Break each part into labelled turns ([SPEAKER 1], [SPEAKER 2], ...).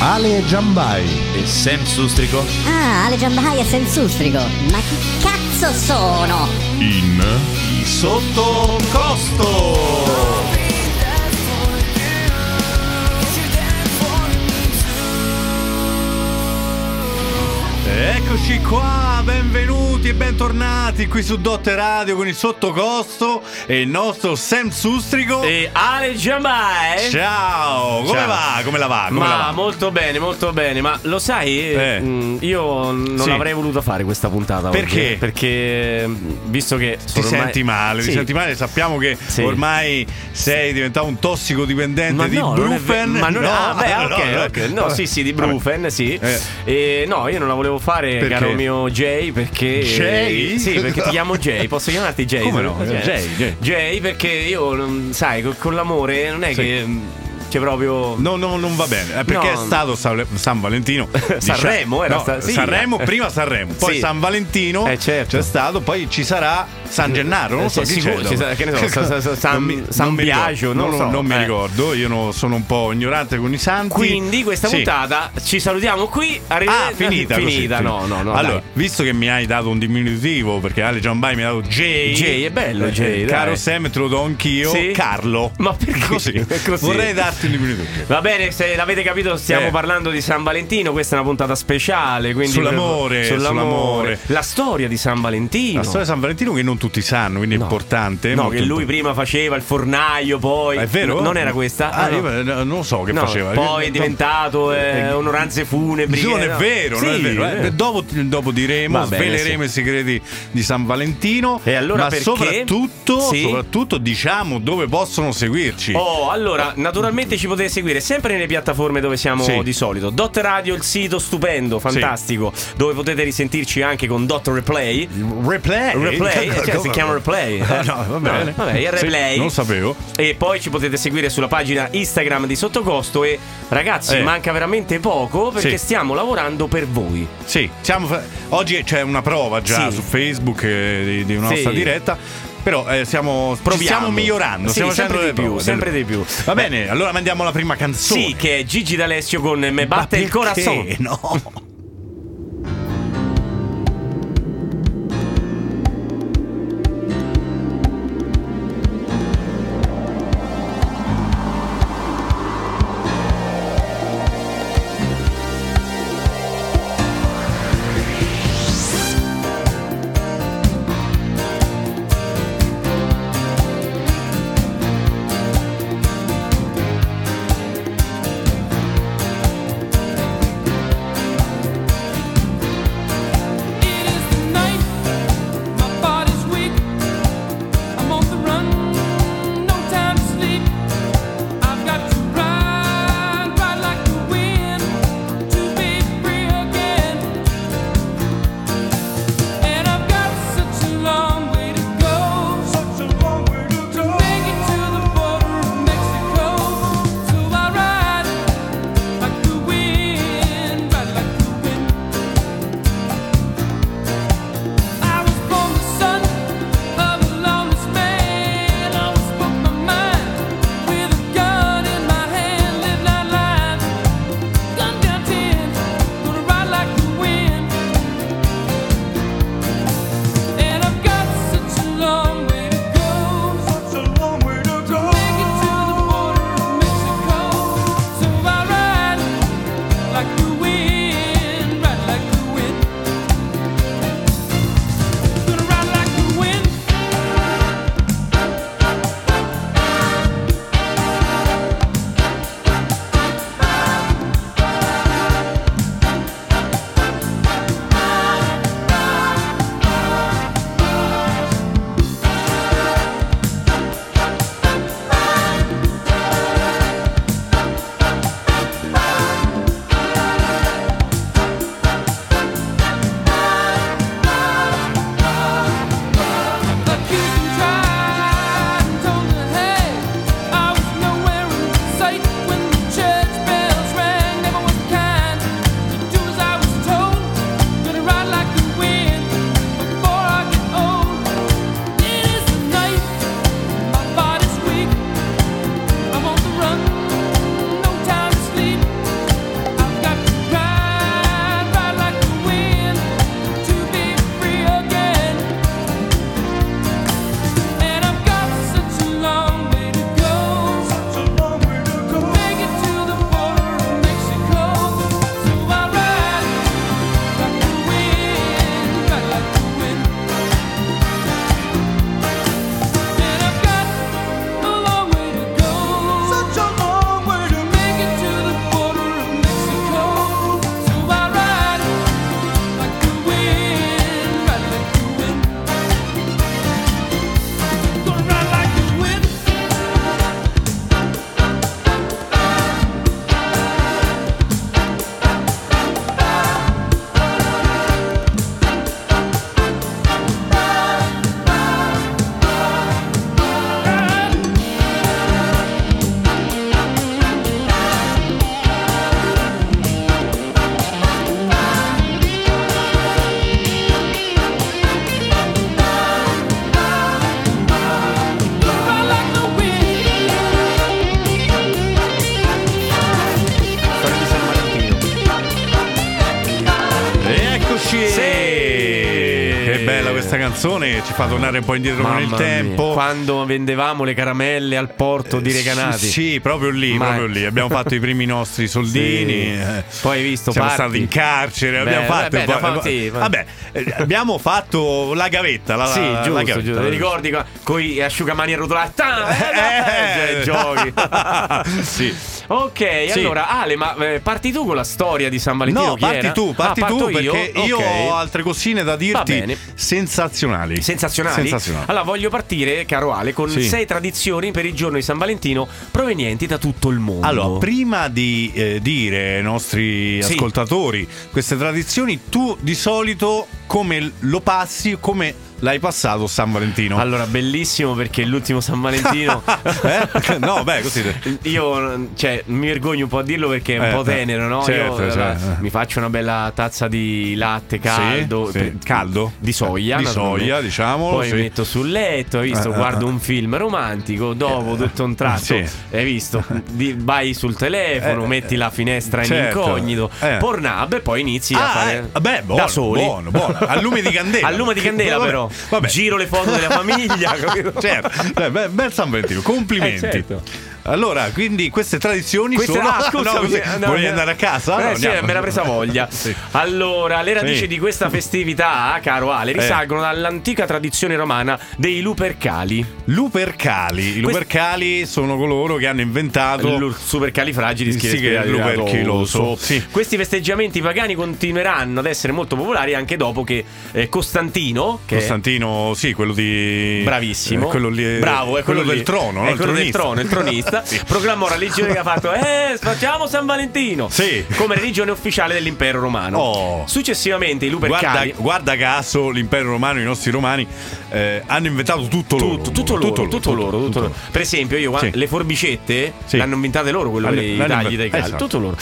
[SPEAKER 1] Ale Giambai.
[SPEAKER 2] E Sam Sustrico
[SPEAKER 3] Ah, Ale Giambai e Sam Sustrico. Ma chi cazzo sono?
[SPEAKER 4] in
[SPEAKER 2] sotto costo. Eccoci qua, benvenuti e bentornati qui su Dotte Radio con il sottocosto e il nostro Sam Sustrico.
[SPEAKER 5] E Ale Giambae.
[SPEAKER 2] Ciao, come
[SPEAKER 5] Ciao.
[SPEAKER 2] va? Come la va? Come la
[SPEAKER 5] Ma
[SPEAKER 2] va?
[SPEAKER 5] molto bene, molto bene. Ma lo sai,
[SPEAKER 2] Eh.
[SPEAKER 5] mm, io non
[SPEAKER 2] Sì.
[SPEAKER 5] avrei voluto fare questa puntata. oggi, eh,
[SPEAKER 2] Perché?
[SPEAKER 5] Perché mm, visto che
[SPEAKER 2] Ti
[SPEAKER 5] sono ormai-
[SPEAKER 2] senti male,
[SPEAKER 5] Sì.
[SPEAKER 2] ti senti male, sappiamo che
[SPEAKER 5] Sì.
[SPEAKER 2] ormai sei diventato un tossicodipendente
[SPEAKER 5] Ma
[SPEAKER 2] di
[SPEAKER 5] no, non è ver-
[SPEAKER 2] Brufen.
[SPEAKER 5] ma non è-
[SPEAKER 2] No,
[SPEAKER 5] ah, beh,
[SPEAKER 2] no,
[SPEAKER 5] ok,
[SPEAKER 2] no,
[SPEAKER 5] ok.
[SPEAKER 2] no.
[SPEAKER 5] No, sì, sì, di
[SPEAKER 2] Vabbè.
[SPEAKER 5] Brufen, sì.
[SPEAKER 2] Eh.
[SPEAKER 5] E no, io non la volevo fare,
[SPEAKER 2] Perché?
[SPEAKER 5] caro mio Jay, perché
[SPEAKER 2] Jay?
[SPEAKER 5] Sì, perché ti chiamo Jay, posso chiamarti Jay?
[SPEAKER 2] Come no?
[SPEAKER 5] Cioè,
[SPEAKER 2] Jay, Jay.
[SPEAKER 5] Jay, perché io non- sai, co- con, l'amore non è
[SPEAKER 2] Sì.
[SPEAKER 5] che mm, c'è proprio
[SPEAKER 2] No, no, non va bene. eh, Perché
[SPEAKER 5] No.
[SPEAKER 2] è stato Sa- San Valentino. di
[SPEAKER 5] Sanremo,
[SPEAKER 2] Sha-
[SPEAKER 5] era
[SPEAKER 2] no,
[SPEAKER 5] sta- sì.
[SPEAKER 2] Sanremo, prima Sanremo, poi
[SPEAKER 5] Sì.
[SPEAKER 2] San Valentino.
[SPEAKER 5] Eh, certo.
[SPEAKER 2] C'è stato, poi ci sarà San Gennaro. Non
[SPEAKER 5] Eh,
[SPEAKER 2] so
[SPEAKER 5] sì,
[SPEAKER 2] chi c'è.
[SPEAKER 5] sicuro, ci
[SPEAKER 2] dopo.
[SPEAKER 5] sa- che ne so, sa- sa- sa- San-
[SPEAKER 2] Non mi-
[SPEAKER 5] San
[SPEAKER 2] non mi ricordo.
[SPEAKER 5] Biagio, non
[SPEAKER 2] No,
[SPEAKER 5] lo
[SPEAKER 2] no,
[SPEAKER 5] so.
[SPEAKER 2] non mi
[SPEAKER 5] Eh.
[SPEAKER 2] ricordo. Io no- sono un po' ignorante con i santi.
[SPEAKER 5] Quindi questa
[SPEAKER 2] Sì.
[SPEAKER 5] puntata ci salutiamo qui.
[SPEAKER 2] Ah,
[SPEAKER 5] arrivederci-
[SPEAKER 2] finita, così,
[SPEAKER 5] Eh, finita. no, no, no.
[SPEAKER 2] Allora,
[SPEAKER 5] dai.
[SPEAKER 2] visto che mi hai dato un diminutivo, perché Ale Giambai mi ha dato Jay.
[SPEAKER 5] Jay, è bello,
[SPEAKER 2] eh,
[SPEAKER 5] Jay, dai.
[SPEAKER 2] Caro Sam, te lo do anch'io.
[SPEAKER 5] Sì?
[SPEAKER 2] Carlo.
[SPEAKER 5] Ma perché?
[SPEAKER 2] Così.
[SPEAKER 5] Così.
[SPEAKER 2] Vorrei darti un diminutivo.
[SPEAKER 5] Va bene, se l'avete capito, stiamo
[SPEAKER 2] Eh.
[SPEAKER 5] parlando di San Valentino. Questa è una puntata speciale. Quindi
[SPEAKER 2] Sull'amore,
[SPEAKER 5] sull'amore.
[SPEAKER 2] sull'amore.
[SPEAKER 5] La storia di San Valentino.
[SPEAKER 2] La storia di San Valentino che non tutti sanno, quindi è
[SPEAKER 5] No.
[SPEAKER 2] importante.
[SPEAKER 5] No,
[SPEAKER 2] molto
[SPEAKER 5] che lui
[SPEAKER 2] importante.
[SPEAKER 5] prima faceva il fornaio, poi.
[SPEAKER 2] Ma È vero?
[SPEAKER 5] N- Non era questa?
[SPEAKER 2] Ah,
[SPEAKER 5] no.
[SPEAKER 2] io eh, non so che
[SPEAKER 5] No,
[SPEAKER 2] faceva.
[SPEAKER 5] Poi
[SPEAKER 2] Io-
[SPEAKER 5] è diventato eh, onoranze funebri.
[SPEAKER 2] Non
[SPEAKER 5] eh,
[SPEAKER 2] è
[SPEAKER 5] no.
[SPEAKER 2] vero, non è
[SPEAKER 5] Sì,
[SPEAKER 2] vero. eh. Dopo, dopo diremo,
[SPEAKER 5] Va bene,
[SPEAKER 2] sveleremo i segreti di San Valentino.
[SPEAKER 5] E allora
[SPEAKER 2] ma
[SPEAKER 5] perché?
[SPEAKER 2] soprattutto,
[SPEAKER 5] Sì.
[SPEAKER 2] soprattutto diciamo dove possono seguirci.
[SPEAKER 5] Oh, allora, naturalmente ci potete seguire sempre nelle piattaforme dove siamo
[SPEAKER 2] Sì.
[SPEAKER 5] di solito. Dot Radio, il sito stupendo, fantastico, dove potete risentirci anche con Dot Replay.
[SPEAKER 2] Replay.
[SPEAKER 5] Replay, eh, cioè, si
[SPEAKER 2] Come- Ah,
[SPEAKER 5] chiama replay. eh.
[SPEAKER 2] No, va bene.
[SPEAKER 5] No, vabbè, il
[SPEAKER 2] Sì,
[SPEAKER 5] replay.
[SPEAKER 2] non sapevo.
[SPEAKER 5] E poi ci potete seguire sulla pagina Instagram di Sottocosto e ragazzi,
[SPEAKER 2] Eh.
[SPEAKER 5] manca veramente poco perché
[SPEAKER 2] Sì.
[SPEAKER 5] stiamo lavorando per voi.
[SPEAKER 2] Sì, siamo fa- oggi c'è una prova già
[SPEAKER 5] Sì.
[SPEAKER 2] su Facebook eh, di, di una
[SPEAKER 5] Sì.
[SPEAKER 2] nostra diretta. Però eh, siamo, ci
[SPEAKER 5] Proviamo.
[SPEAKER 2] stiamo migliorando,
[SPEAKER 5] Sì,
[SPEAKER 2] stiamo
[SPEAKER 5] sempre
[SPEAKER 2] facendo
[SPEAKER 5] di
[SPEAKER 2] delle
[SPEAKER 5] più,
[SPEAKER 2] prove,
[SPEAKER 5] sempre
[SPEAKER 2] delle-
[SPEAKER 5] di più.
[SPEAKER 2] Va bene, allora mandiamo la prima canzone.
[SPEAKER 5] Sì, che è Gigi D'Alessio con Me batte il corazon.
[SPEAKER 2] Perché No.
[SPEAKER 5] amici!
[SPEAKER 2] Che bella questa canzone, ci fa tornare un po' indietro
[SPEAKER 5] Mamma
[SPEAKER 2] con il
[SPEAKER 5] mia.
[SPEAKER 2] tempo. Eh,
[SPEAKER 5] Quando vendevamo le caramelle al porto di Recanati.
[SPEAKER 2] Sì, sì, proprio lì,
[SPEAKER 5] Ma-
[SPEAKER 2] proprio lì. Abbiamo fatto i primi nostri soldini.
[SPEAKER 5] Sì.
[SPEAKER 2] eh.
[SPEAKER 5] Poi hai visto
[SPEAKER 2] Siamo
[SPEAKER 5] parti.
[SPEAKER 2] stati in carcere,
[SPEAKER 5] Beh,
[SPEAKER 2] abbiamo fatto.
[SPEAKER 5] vabbè,
[SPEAKER 2] un po'-
[SPEAKER 5] da fa- sì, fa-
[SPEAKER 2] vabbè, eh, abbiamo fatto la gavetta. La,
[SPEAKER 5] Sì,
[SPEAKER 2] la
[SPEAKER 5] giusto,
[SPEAKER 2] gavetta.
[SPEAKER 5] giusto. Ti ricordi con gli asciugamani arrotolati? Ta-
[SPEAKER 2] Eh,
[SPEAKER 5] eh, giochi.
[SPEAKER 2] sì.
[SPEAKER 5] Ok,
[SPEAKER 2] Sì.
[SPEAKER 5] allora Ale, ma eh, parti tu con la storia di San Valentino?
[SPEAKER 2] No,
[SPEAKER 5] chi
[SPEAKER 2] parti
[SPEAKER 5] era?
[SPEAKER 2] tu, parti
[SPEAKER 5] Ah,
[SPEAKER 2] tu
[SPEAKER 5] parto io?
[SPEAKER 2] perché io
[SPEAKER 5] Ok.
[SPEAKER 2] ho altre cosine da dirti
[SPEAKER 5] bene.
[SPEAKER 2] sensazionali.
[SPEAKER 5] Sensazionali.
[SPEAKER 2] Sensazionali.
[SPEAKER 5] Allora, voglio partire, caro Ale, con
[SPEAKER 2] Sì.
[SPEAKER 5] sei tradizioni per il giorno di San Valentino provenienti da tutto il mondo.
[SPEAKER 2] Allora, prima di eh, dire ai nostri
[SPEAKER 5] Sì.
[SPEAKER 2] ascoltatori queste tradizioni, tu di solito come lo passi, come l'hai passato San Valentino?
[SPEAKER 5] Allora, bellissimo perché l'ultimo San Valentino.
[SPEAKER 2] Eh? No, beh, così.
[SPEAKER 5] Io cioè, mi vergogno un po' a dirlo perché è un
[SPEAKER 2] Eh,
[SPEAKER 5] po'
[SPEAKER 2] beh,
[SPEAKER 5] tenero, no?
[SPEAKER 2] certo,
[SPEAKER 5] Io, allora,
[SPEAKER 2] certo.
[SPEAKER 5] mi faccio una bella tazza di latte caldo,
[SPEAKER 2] Sì, sì.
[SPEAKER 5] per-
[SPEAKER 2] Caldo?
[SPEAKER 5] di soia,
[SPEAKER 2] Di
[SPEAKER 5] naturalmente.
[SPEAKER 2] soia, diciamolo,
[SPEAKER 5] Poi
[SPEAKER 2] sì.
[SPEAKER 5] mi metto sul letto, hai visto,
[SPEAKER 2] Eh, eh,
[SPEAKER 5] guardo
[SPEAKER 2] eh.
[SPEAKER 5] un film romantico, dopo tutto un tratto,
[SPEAKER 2] Sì.
[SPEAKER 5] hai visto, di- vai sul telefono,
[SPEAKER 2] Eh,
[SPEAKER 5] metti la finestra in
[SPEAKER 2] certo.
[SPEAKER 5] incognito,
[SPEAKER 2] Eh.
[SPEAKER 5] Pornhub e poi inizi a
[SPEAKER 2] Ah,
[SPEAKER 5] fare
[SPEAKER 2] eh, beh, buono,
[SPEAKER 5] da soli.
[SPEAKER 2] buono, buono. Al lume di candela.
[SPEAKER 5] Al lume di candela
[SPEAKER 2] Vabbè,
[SPEAKER 5] però.
[SPEAKER 2] vabbè.
[SPEAKER 5] Giro le foto della famiglia, capito?
[SPEAKER 2] certo, Eh, beh, bel San Valentino, complimenti.
[SPEAKER 5] Eh, certo.
[SPEAKER 2] Allora, quindi queste tradizioni
[SPEAKER 5] Questa
[SPEAKER 2] sono.
[SPEAKER 5] ah, scusa,
[SPEAKER 2] No, così,
[SPEAKER 5] mi- no,
[SPEAKER 2] volevi
[SPEAKER 5] mi-
[SPEAKER 2] andare a casa?
[SPEAKER 5] Eh,
[SPEAKER 2] No,
[SPEAKER 5] sì,
[SPEAKER 2] andiamo.
[SPEAKER 5] me l'ha presa voglia.
[SPEAKER 2] Sì.
[SPEAKER 5] Allora, le radici
[SPEAKER 2] Sì. Eh.
[SPEAKER 5] di questa festività, caro Ale, risalgono all'antica tradizione romana dei lupercali.
[SPEAKER 2] Lupercali. I
[SPEAKER 5] Quest-
[SPEAKER 2] lupercali sono coloro che hanno inventato.
[SPEAKER 5] L'ur- Supercalifragili
[SPEAKER 2] Sì, che è luperchiloso. Sì.
[SPEAKER 5] Questi festeggiamenti pagani continueranno ad essere molto popolari anche dopo che eh, Costantino, che
[SPEAKER 2] Costantino, sì, quello di.
[SPEAKER 5] Bravissimo,
[SPEAKER 2] eh, quello lì-
[SPEAKER 5] bravo, è quello,
[SPEAKER 2] del
[SPEAKER 5] lì.
[SPEAKER 2] trono, no?
[SPEAKER 5] è
[SPEAKER 2] Il
[SPEAKER 5] quello del
[SPEAKER 2] tronista.
[SPEAKER 5] trono, il tronista.
[SPEAKER 2] Sì.
[SPEAKER 5] Proclamò la religione che ha fatto, eh, facciamo San Valentino
[SPEAKER 2] Sì.
[SPEAKER 5] come religione ufficiale dell'impero romano.
[SPEAKER 2] Oh.
[SPEAKER 5] Successivamente i
[SPEAKER 2] Guarda,
[SPEAKER 5] Lupercali.
[SPEAKER 2] guarda caso l'impero romano, i nostri romani eh, hanno inventato tutto, loro.
[SPEAKER 5] Tutto, tutto loro, tutto, loro, tutto
[SPEAKER 2] tutto
[SPEAKER 5] loro. Per esempio, io qua-
[SPEAKER 2] Sì.
[SPEAKER 5] le forbicette
[SPEAKER 2] Sì.
[SPEAKER 5] l'hanno inventate loro, quello
[SPEAKER 2] L'hanno-
[SPEAKER 5] dei
[SPEAKER 2] l'hanno
[SPEAKER 5] tagli dei
[SPEAKER 2] invent-
[SPEAKER 5] cali,
[SPEAKER 2] esatto.
[SPEAKER 5] tutto loro.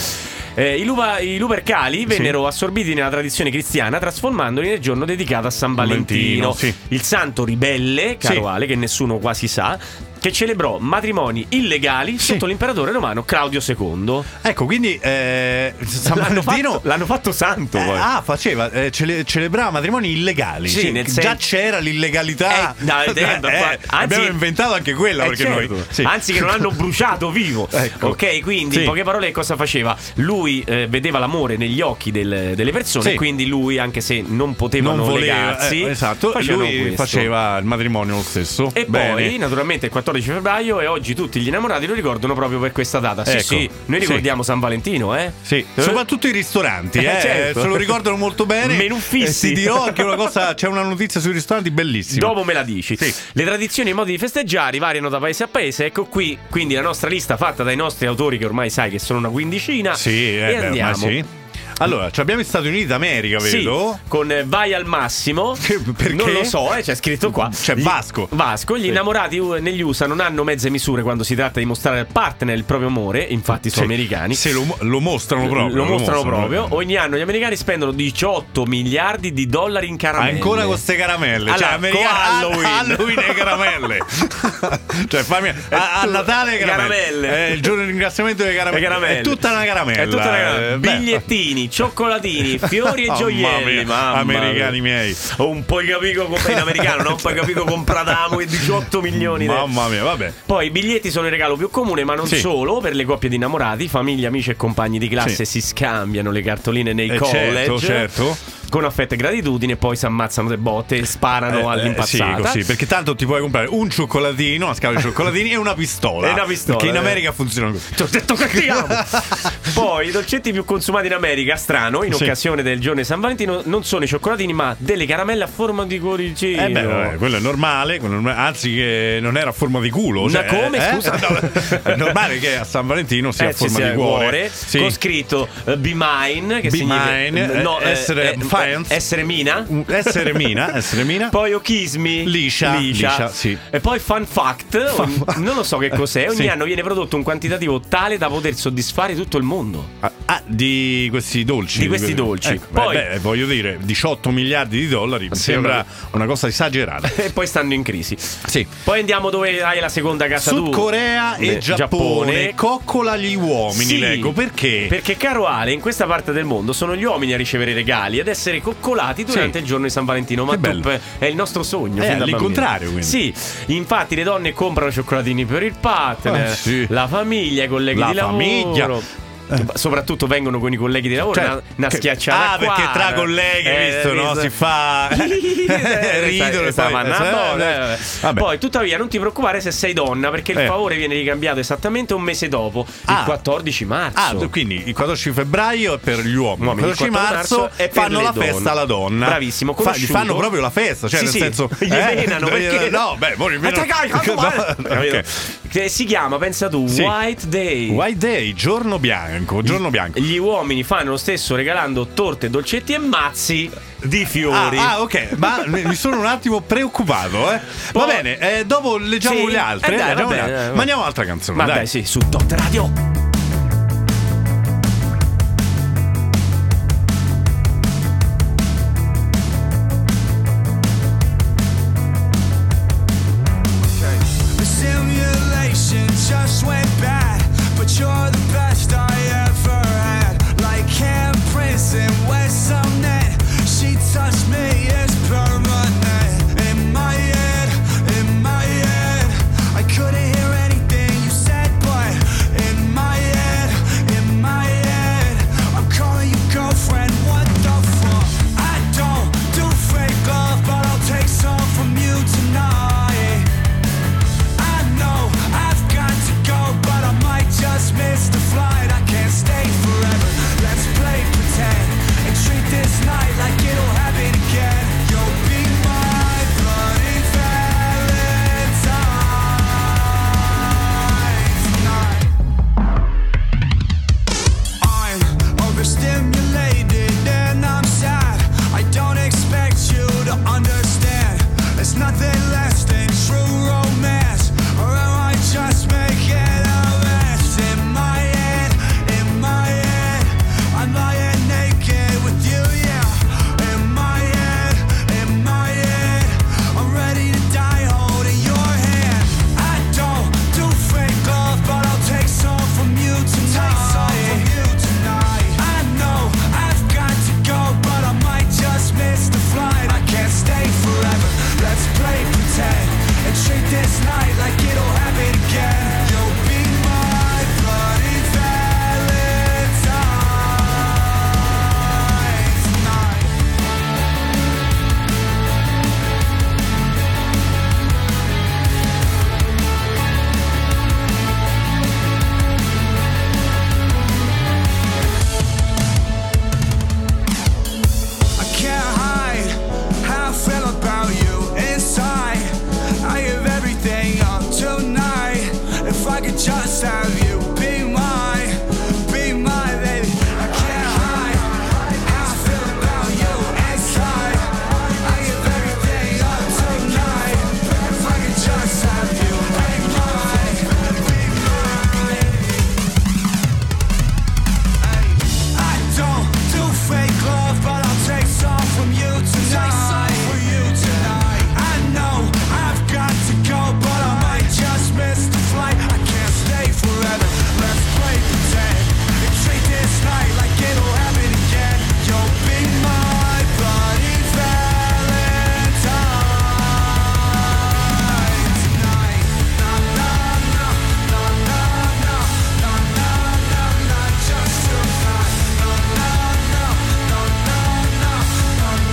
[SPEAKER 5] Eh, i, lupa- i lupercali vennero assorbiti nella tradizione cristiana, trasformandoli nel giorno dedicato a San Valentino,
[SPEAKER 2] Valentino, sì.
[SPEAKER 5] il santo ribelle, caro
[SPEAKER 2] Sì.
[SPEAKER 5] Ale, che nessuno quasi sa, che celebrò matrimoni illegali
[SPEAKER 2] Sì.
[SPEAKER 5] sotto l'imperatore romano Claudio II.
[SPEAKER 2] Ecco, quindi eh, San
[SPEAKER 5] L'hanno
[SPEAKER 2] Valentino
[SPEAKER 5] fatto, l'hanno fatto santo
[SPEAKER 2] Eh,
[SPEAKER 5] poi.
[SPEAKER 2] ah, faceva, eh, cele- celebrava matrimoni illegali.
[SPEAKER 5] Sì,
[SPEAKER 2] Sì,
[SPEAKER 5] nel
[SPEAKER 2] già
[SPEAKER 5] sen-
[SPEAKER 2] c'era l'illegalità.
[SPEAKER 5] Eh, no, eh, anzi-
[SPEAKER 2] abbiamo inventato anche quella
[SPEAKER 5] Eh,
[SPEAKER 2] perché
[SPEAKER 5] certo.
[SPEAKER 2] noi. sì.
[SPEAKER 5] Anzi, che non hanno bruciato vivo.
[SPEAKER 2] Ecco.
[SPEAKER 5] Ok, quindi
[SPEAKER 2] Sì.
[SPEAKER 5] in poche parole, cosa faceva? Lui eh, vedeva l'amore negli occhi del- delle persone,
[SPEAKER 2] Sì.
[SPEAKER 5] quindi lui, anche se non potevano
[SPEAKER 2] non voleva.
[SPEAKER 5] legarsi,
[SPEAKER 2] eh, esatto,
[SPEAKER 5] facevano
[SPEAKER 2] lui
[SPEAKER 5] questo.
[SPEAKER 2] faceva il matrimonio lo stesso.
[SPEAKER 5] E
[SPEAKER 2] Bene.
[SPEAKER 5] poi, naturalmente, il 14 febbraio e oggi tutti gli innamorati lo ricordano proprio per questa data. Sì,
[SPEAKER 2] Ecco.
[SPEAKER 5] sì, noi
[SPEAKER 2] Sì.
[SPEAKER 5] ricordiamo San Valentino, eh?
[SPEAKER 2] Sì,
[SPEAKER 5] Eh?
[SPEAKER 2] soprattutto i ristoranti,
[SPEAKER 5] Eh,
[SPEAKER 2] eh,
[SPEAKER 5] certo.
[SPEAKER 2] se lo ricordano molto bene.
[SPEAKER 5] Menù fissi.
[SPEAKER 2] Eh, ti dirò anche una cosa: c'è una notizia sui ristoranti bellissima.
[SPEAKER 5] Dopo me la dici.
[SPEAKER 2] Sì.
[SPEAKER 5] Le tradizioni e i modi di festeggiare variano da paese a paese. Ecco qui, quindi la nostra lista fatta dai nostri autori, che ormai sai che sono una quindicina.
[SPEAKER 2] Sì, eh,
[SPEAKER 5] e
[SPEAKER 2] beh, ormai
[SPEAKER 5] andiamo.
[SPEAKER 2] sì. Allora, ci abbiamo gli Stati Uniti d'America,
[SPEAKER 5] Sì,
[SPEAKER 2] vedo.
[SPEAKER 5] con eh, Vai al massimo.
[SPEAKER 2] Che- perché?
[SPEAKER 5] Non lo so, eh, c'è scritto qua.
[SPEAKER 2] C'è
[SPEAKER 5] Gli-
[SPEAKER 2] Vasco.
[SPEAKER 5] Vasco, gli
[SPEAKER 2] Sì.
[SPEAKER 5] innamorati eh, negli USA non hanno mezze misure quando si tratta di mostrare al partner il proprio amore, infatti sono
[SPEAKER 2] Sì.
[SPEAKER 5] americani.
[SPEAKER 2] Se lo, lo mostrano proprio.
[SPEAKER 5] lo mostrano proprio.
[SPEAKER 2] proprio.
[SPEAKER 5] Ogni anno gli americani spendono 18 miliardi di dollari in caramelle.
[SPEAKER 2] Ancora con queste caramelle,
[SPEAKER 5] Allora,
[SPEAKER 2] cioè america-
[SPEAKER 5] con Halloween.
[SPEAKER 2] Halloween e caramelle. cioè fammi a, a Natale caramelle.
[SPEAKER 5] Caramelle.
[SPEAKER 2] Eh, il giorno di ringraziamento delle caramelle.
[SPEAKER 5] Le caramelle.
[SPEAKER 2] È tutta una caramella.
[SPEAKER 5] È tutta una caramella.
[SPEAKER 2] Eh, beh.
[SPEAKER 5] Bigliettini, cioccolatini, fiori e
[SPEAKER 2] Oh,
[SPEAKER 5] gioielli.
[SPEAKER 2] mamma mia,
[SPEAKER 5] Mamma mia.
[SPEAKER 2] americani miei.
[SPEAKER 5] Ho un po' capito comp- in americano, non poi capito compradamo e 18 milioni. di-
[SPEAKER 2] Mamma mia, vabbè.
[SPEAKER 5] Poi i biglietti sono il regalo più comune, ma non
[SPEAKER 2] Sì.
[SPEAKER 5] solo per le coppie di innamorati, famiglie, amici e compagni di classe
[SPEAKER 2] Sì.
[SPEAKER 5] si scambiano le cartoline nei
[SPEAKER 2] Eh,
[SPEAKER 5] college.
[SPEAKER 2] certo, certo.
[SPEAKER 5] Con affetto e gratitudine, e poi si ammazzano le botte e sparano
[SPEAKER 2] Eh, eh, sì,
[SPEAKER 5] all'impazzata.
[SPEAKER 2] così, perché tanto ti puoi comprare un cioccolatino, una scatola di cioccolatini e una pistola.
[SPEAKER 5] E una pistola,
[SPEAKER 2] Perché in
[SPEAKER 5] eh.
[SPEAKER 2] America funziona così.
[SPEAKER 5] Ti ho detto che ti amo. Poi i dolcetti più consumati in America, strano, in
[SPEAKER 2] Sì.
[SPEAKER 5] occasione del giorno di San Valentino, non sono i cioccolatini, ma delle caramelle a forma di cuoricino.
[SPEAKER 2] Eh beh, vabbè, quello è normale, quello è normale, anzi che non era a forma di culo.
[SPEAKER 5] Ma
[SPEAKER 2] Cioè,
[SPEAKER 5] come,
[SPEAKER 2] eh?
[SPEAKER 5] scusa?
[SPEAKER 2] No, è normale che a San Valentino sia
[SPEAKER 5] Eh,
[SPEAKER 2] a
[SPEAKER 5] sì,
[SPEAKER 2] forma
[SPEAKER 5] sì,
[SPEAKER 2] di
[SPEAKER 5] eh,
[SPEAKER 2] cuore. Sì.
[SPEAKER 5] con scritto eh, Be Mine, che
[SPEAKER 2] Be
[SPEAKER 5] significa
[SPEAKER 2] mine,
[SPEAKER 5] eh,
[SPEAKER 2] eh, essere fans.
[SPEAKER 5] essere Mina.
[SPEAKER 2] Mm, Essere mina, essere mina.
[SPEAKER 5] Poi o Kiss Me
[SPEAKER 2] Liscia, liscia, sì.
[SPEAKER 5] E poi Fun Fact ogni- Non lo so che cos'è Ogni
[SPEAKER 2] Sì.
[SPEAKER 5] anno viene prodotto un quantitativo tale da poter soddisfare tutto il mondo
[SPEAKER 2] Ah, ah, di questi dolci.
[SPEAKER 5] Di questi
[SPEAKER 2] quelli-
[SPEAKER 5] dolci.
[SPEAKER 2] Ecco, beh,
[SPEAKER 5] Poi-
[SPEAKER 2] beh, voglio dire, 18 miliardi di dollari mi
[SPEAKER 5] Sembra-
[SPEAKER 2] sembra una cosa esagerata.
[SPEAKER 5] E poi stanno in crisi
[SPEAKER 2] Sì.
[SPEAKER 5] Poi andiamo dove hai la seconda casa tu
[SPEAKER 2] Sud Corea e
[SPEAKER 5] Eh,
[SPEAKER 2] Giappone, coccola gli uomini,
[SPEAKER 5] Sì.
[SPEAKER 2] leggo, perché?
[SPEAKER 5] Perché caro Ale, in questa parte del mondo sono gli uomini a ricevere regali ed essere coccolati durante
[SPEAKER 2] Sì.
[SPEAKER 5] il giorno di San Valentino. Ma
[SPEAKER 2] Che bello.
[SPEAKER 5] top, è il nostro sogno.
[SPEAKER 2] Eh,
[SPEAKER 5] fin da bambini.
[SPEAKER 2] all'incontrario, quindi.
[SPEAKER 5] Sì, infatti le donne comprano cioccolatini per il partner,
[SPEAKER 2] Eh, sì.
[SPEAKER 5] la famiglia, i colleghi
[SPEAKER 2] La
[SPEAKER 5] di lavoro.
[SPEAKER 2] famiglia.
[SPEAKER 5] Eh. Soprattutto vengono con i colleghi di lavoro
[SPEAKER 2] Cioè,
[SPEAKER 5] una, una
[SPEAKER 2] che-
[SPEAKER 5] schiacciata. Eh,
[SPEAKER 2] Ah, perché tra colleghi, hai visto, no? Si fa- ridono e poi- eh, eh, vabbè.
[SPEAKER 5] Poi, tuttavia, non ti preoccupare se sei donna, perché il
[SPEAKER 2] Eh.
[SPEAKER 5] favore viene ricambiato esattamente un mese dopo, il
[SPEAKER 2] Ah.
[SPEAKER 5] 14 marzo.
[SPEAKER 2] Ah, d- quindi il 14 febbraio è per gli uomini,
[SPEAKER 5] Uomini,
[SPEAKER 2] il 14
[SPEAKER 5] 14
[SPEAKER 2] marzo,
[SPEAKER 5] marzo è per
[SPEAKER 2] fanno
[SPEAKER 5] le
[SPEAKER 2] la
[SPEAKER 5] donne.
[SPEAKER 2] festa alla donna.
[SPEAKER 5] Bravissimo,
[SPEAKER 2] Fa- gli
[SPEAKER 5] conosciuto.
[SPEAKER 2] fanno proprio la festa, cioè
[SPEAKER 5] Sì,
[SPEAKER 2] nel
[SPEAKER 5] sì,
[SPEAKER 2] senso
[SPEAKER 5] gli menano, perché-
[SPEAKER 2] No, beh, poi gli menano-
[SPEAKER 5] Attaccai, cazzo,
[SPEAKER 2] No,
[SPEAKER 5] guarda. Capito?
[SPEAKER 2] ok.
[SPEAKER 5] Che Si chiama, pensa tu,
[SPEAKER 2] Sì.
[SPEAKER 5] White Day.
[SPEAKER 2] White Day, giorno bianco, giorno bianco.
[SPEAKER 5] Gli uomini fanno lo stesso regalando torte, dolcetti e mazzi di
[SPEAKER 2] Ah,
[SPEAKER 5] fiori.
[SPEAKER 2] ah, ok, ma mi mi sono un attimo preoccupato, eh. Va
[SPEAKER 5] Poi-
[SPEAKER 2] bene, eh, dopo leggiamo
[SPEAKER 5] Boh. Sì.
[SPEAKER 2] le altre,
[SPEAKER 5] Eh, dai,
[SPEAKER 2] leggiamo
[SPEAKER 5] va
[SPEAKER 2] le
[SPEAKER 5] bene,
[SPEAKER 2] altre.
[SPEAKER 5] dai, va
[SPEAKER 2] Ma
[SPEAKER 5] bene.
[SPEAKER 2] andiamo a un'altra canzone,
[SPEAKER 5] Ma
[SPEAKER 2] dai.
[SPEAKER 5] dai. sì, su Dot Radio.
[SPEAKER 4] The simulation just went bad, but you're the best I ever had. Like Cam Prince and West Sumnet, she touched me, it's permanent. In my head, in my head, I couldn't hear anything you said, but in my head, in my head, I'm calling you girlfriend. What the fuck? I don't do fake love, but I'll take some from you tonight. I know I've got to go, but I might just miss the flight. I can't stay forever. Let's play pretend and treat this night like it'll happen again. You'll be my bloody Valentine's night. I'm overstimulated and I'm sad. I don't expect you to understand. It's nothing less than true romance. Or am I just making a mess in my head? In my head, I'm lying naked with you, yeah. In my head, in my head, I'm ready to die holding your hand. I don't do fake love, but I'll take some from you tonight. I know I've got to go, but I might just miss the flight. I can't stay forever. Let's play pretend and treat this night like it'll happen again. You'll be my bloody Valentine's night. I can't hide how I feel about you inside. I give everything up tonight. If I could just have you be mine, be mine, baby. I can't hide how I feel about you inside. I give everything up tonight. If I could just have you be mine, be mine. I don't do fake love, but I'll take some from you tonight. for you tonight. I know I've got to go, but I might just miss the flight. I can't stay forever. Let's play pretend and treat this night like it'll happen again. You'll be my bloody Valentine's night. Na na na na na na na na na na just tonight. Na na na na na na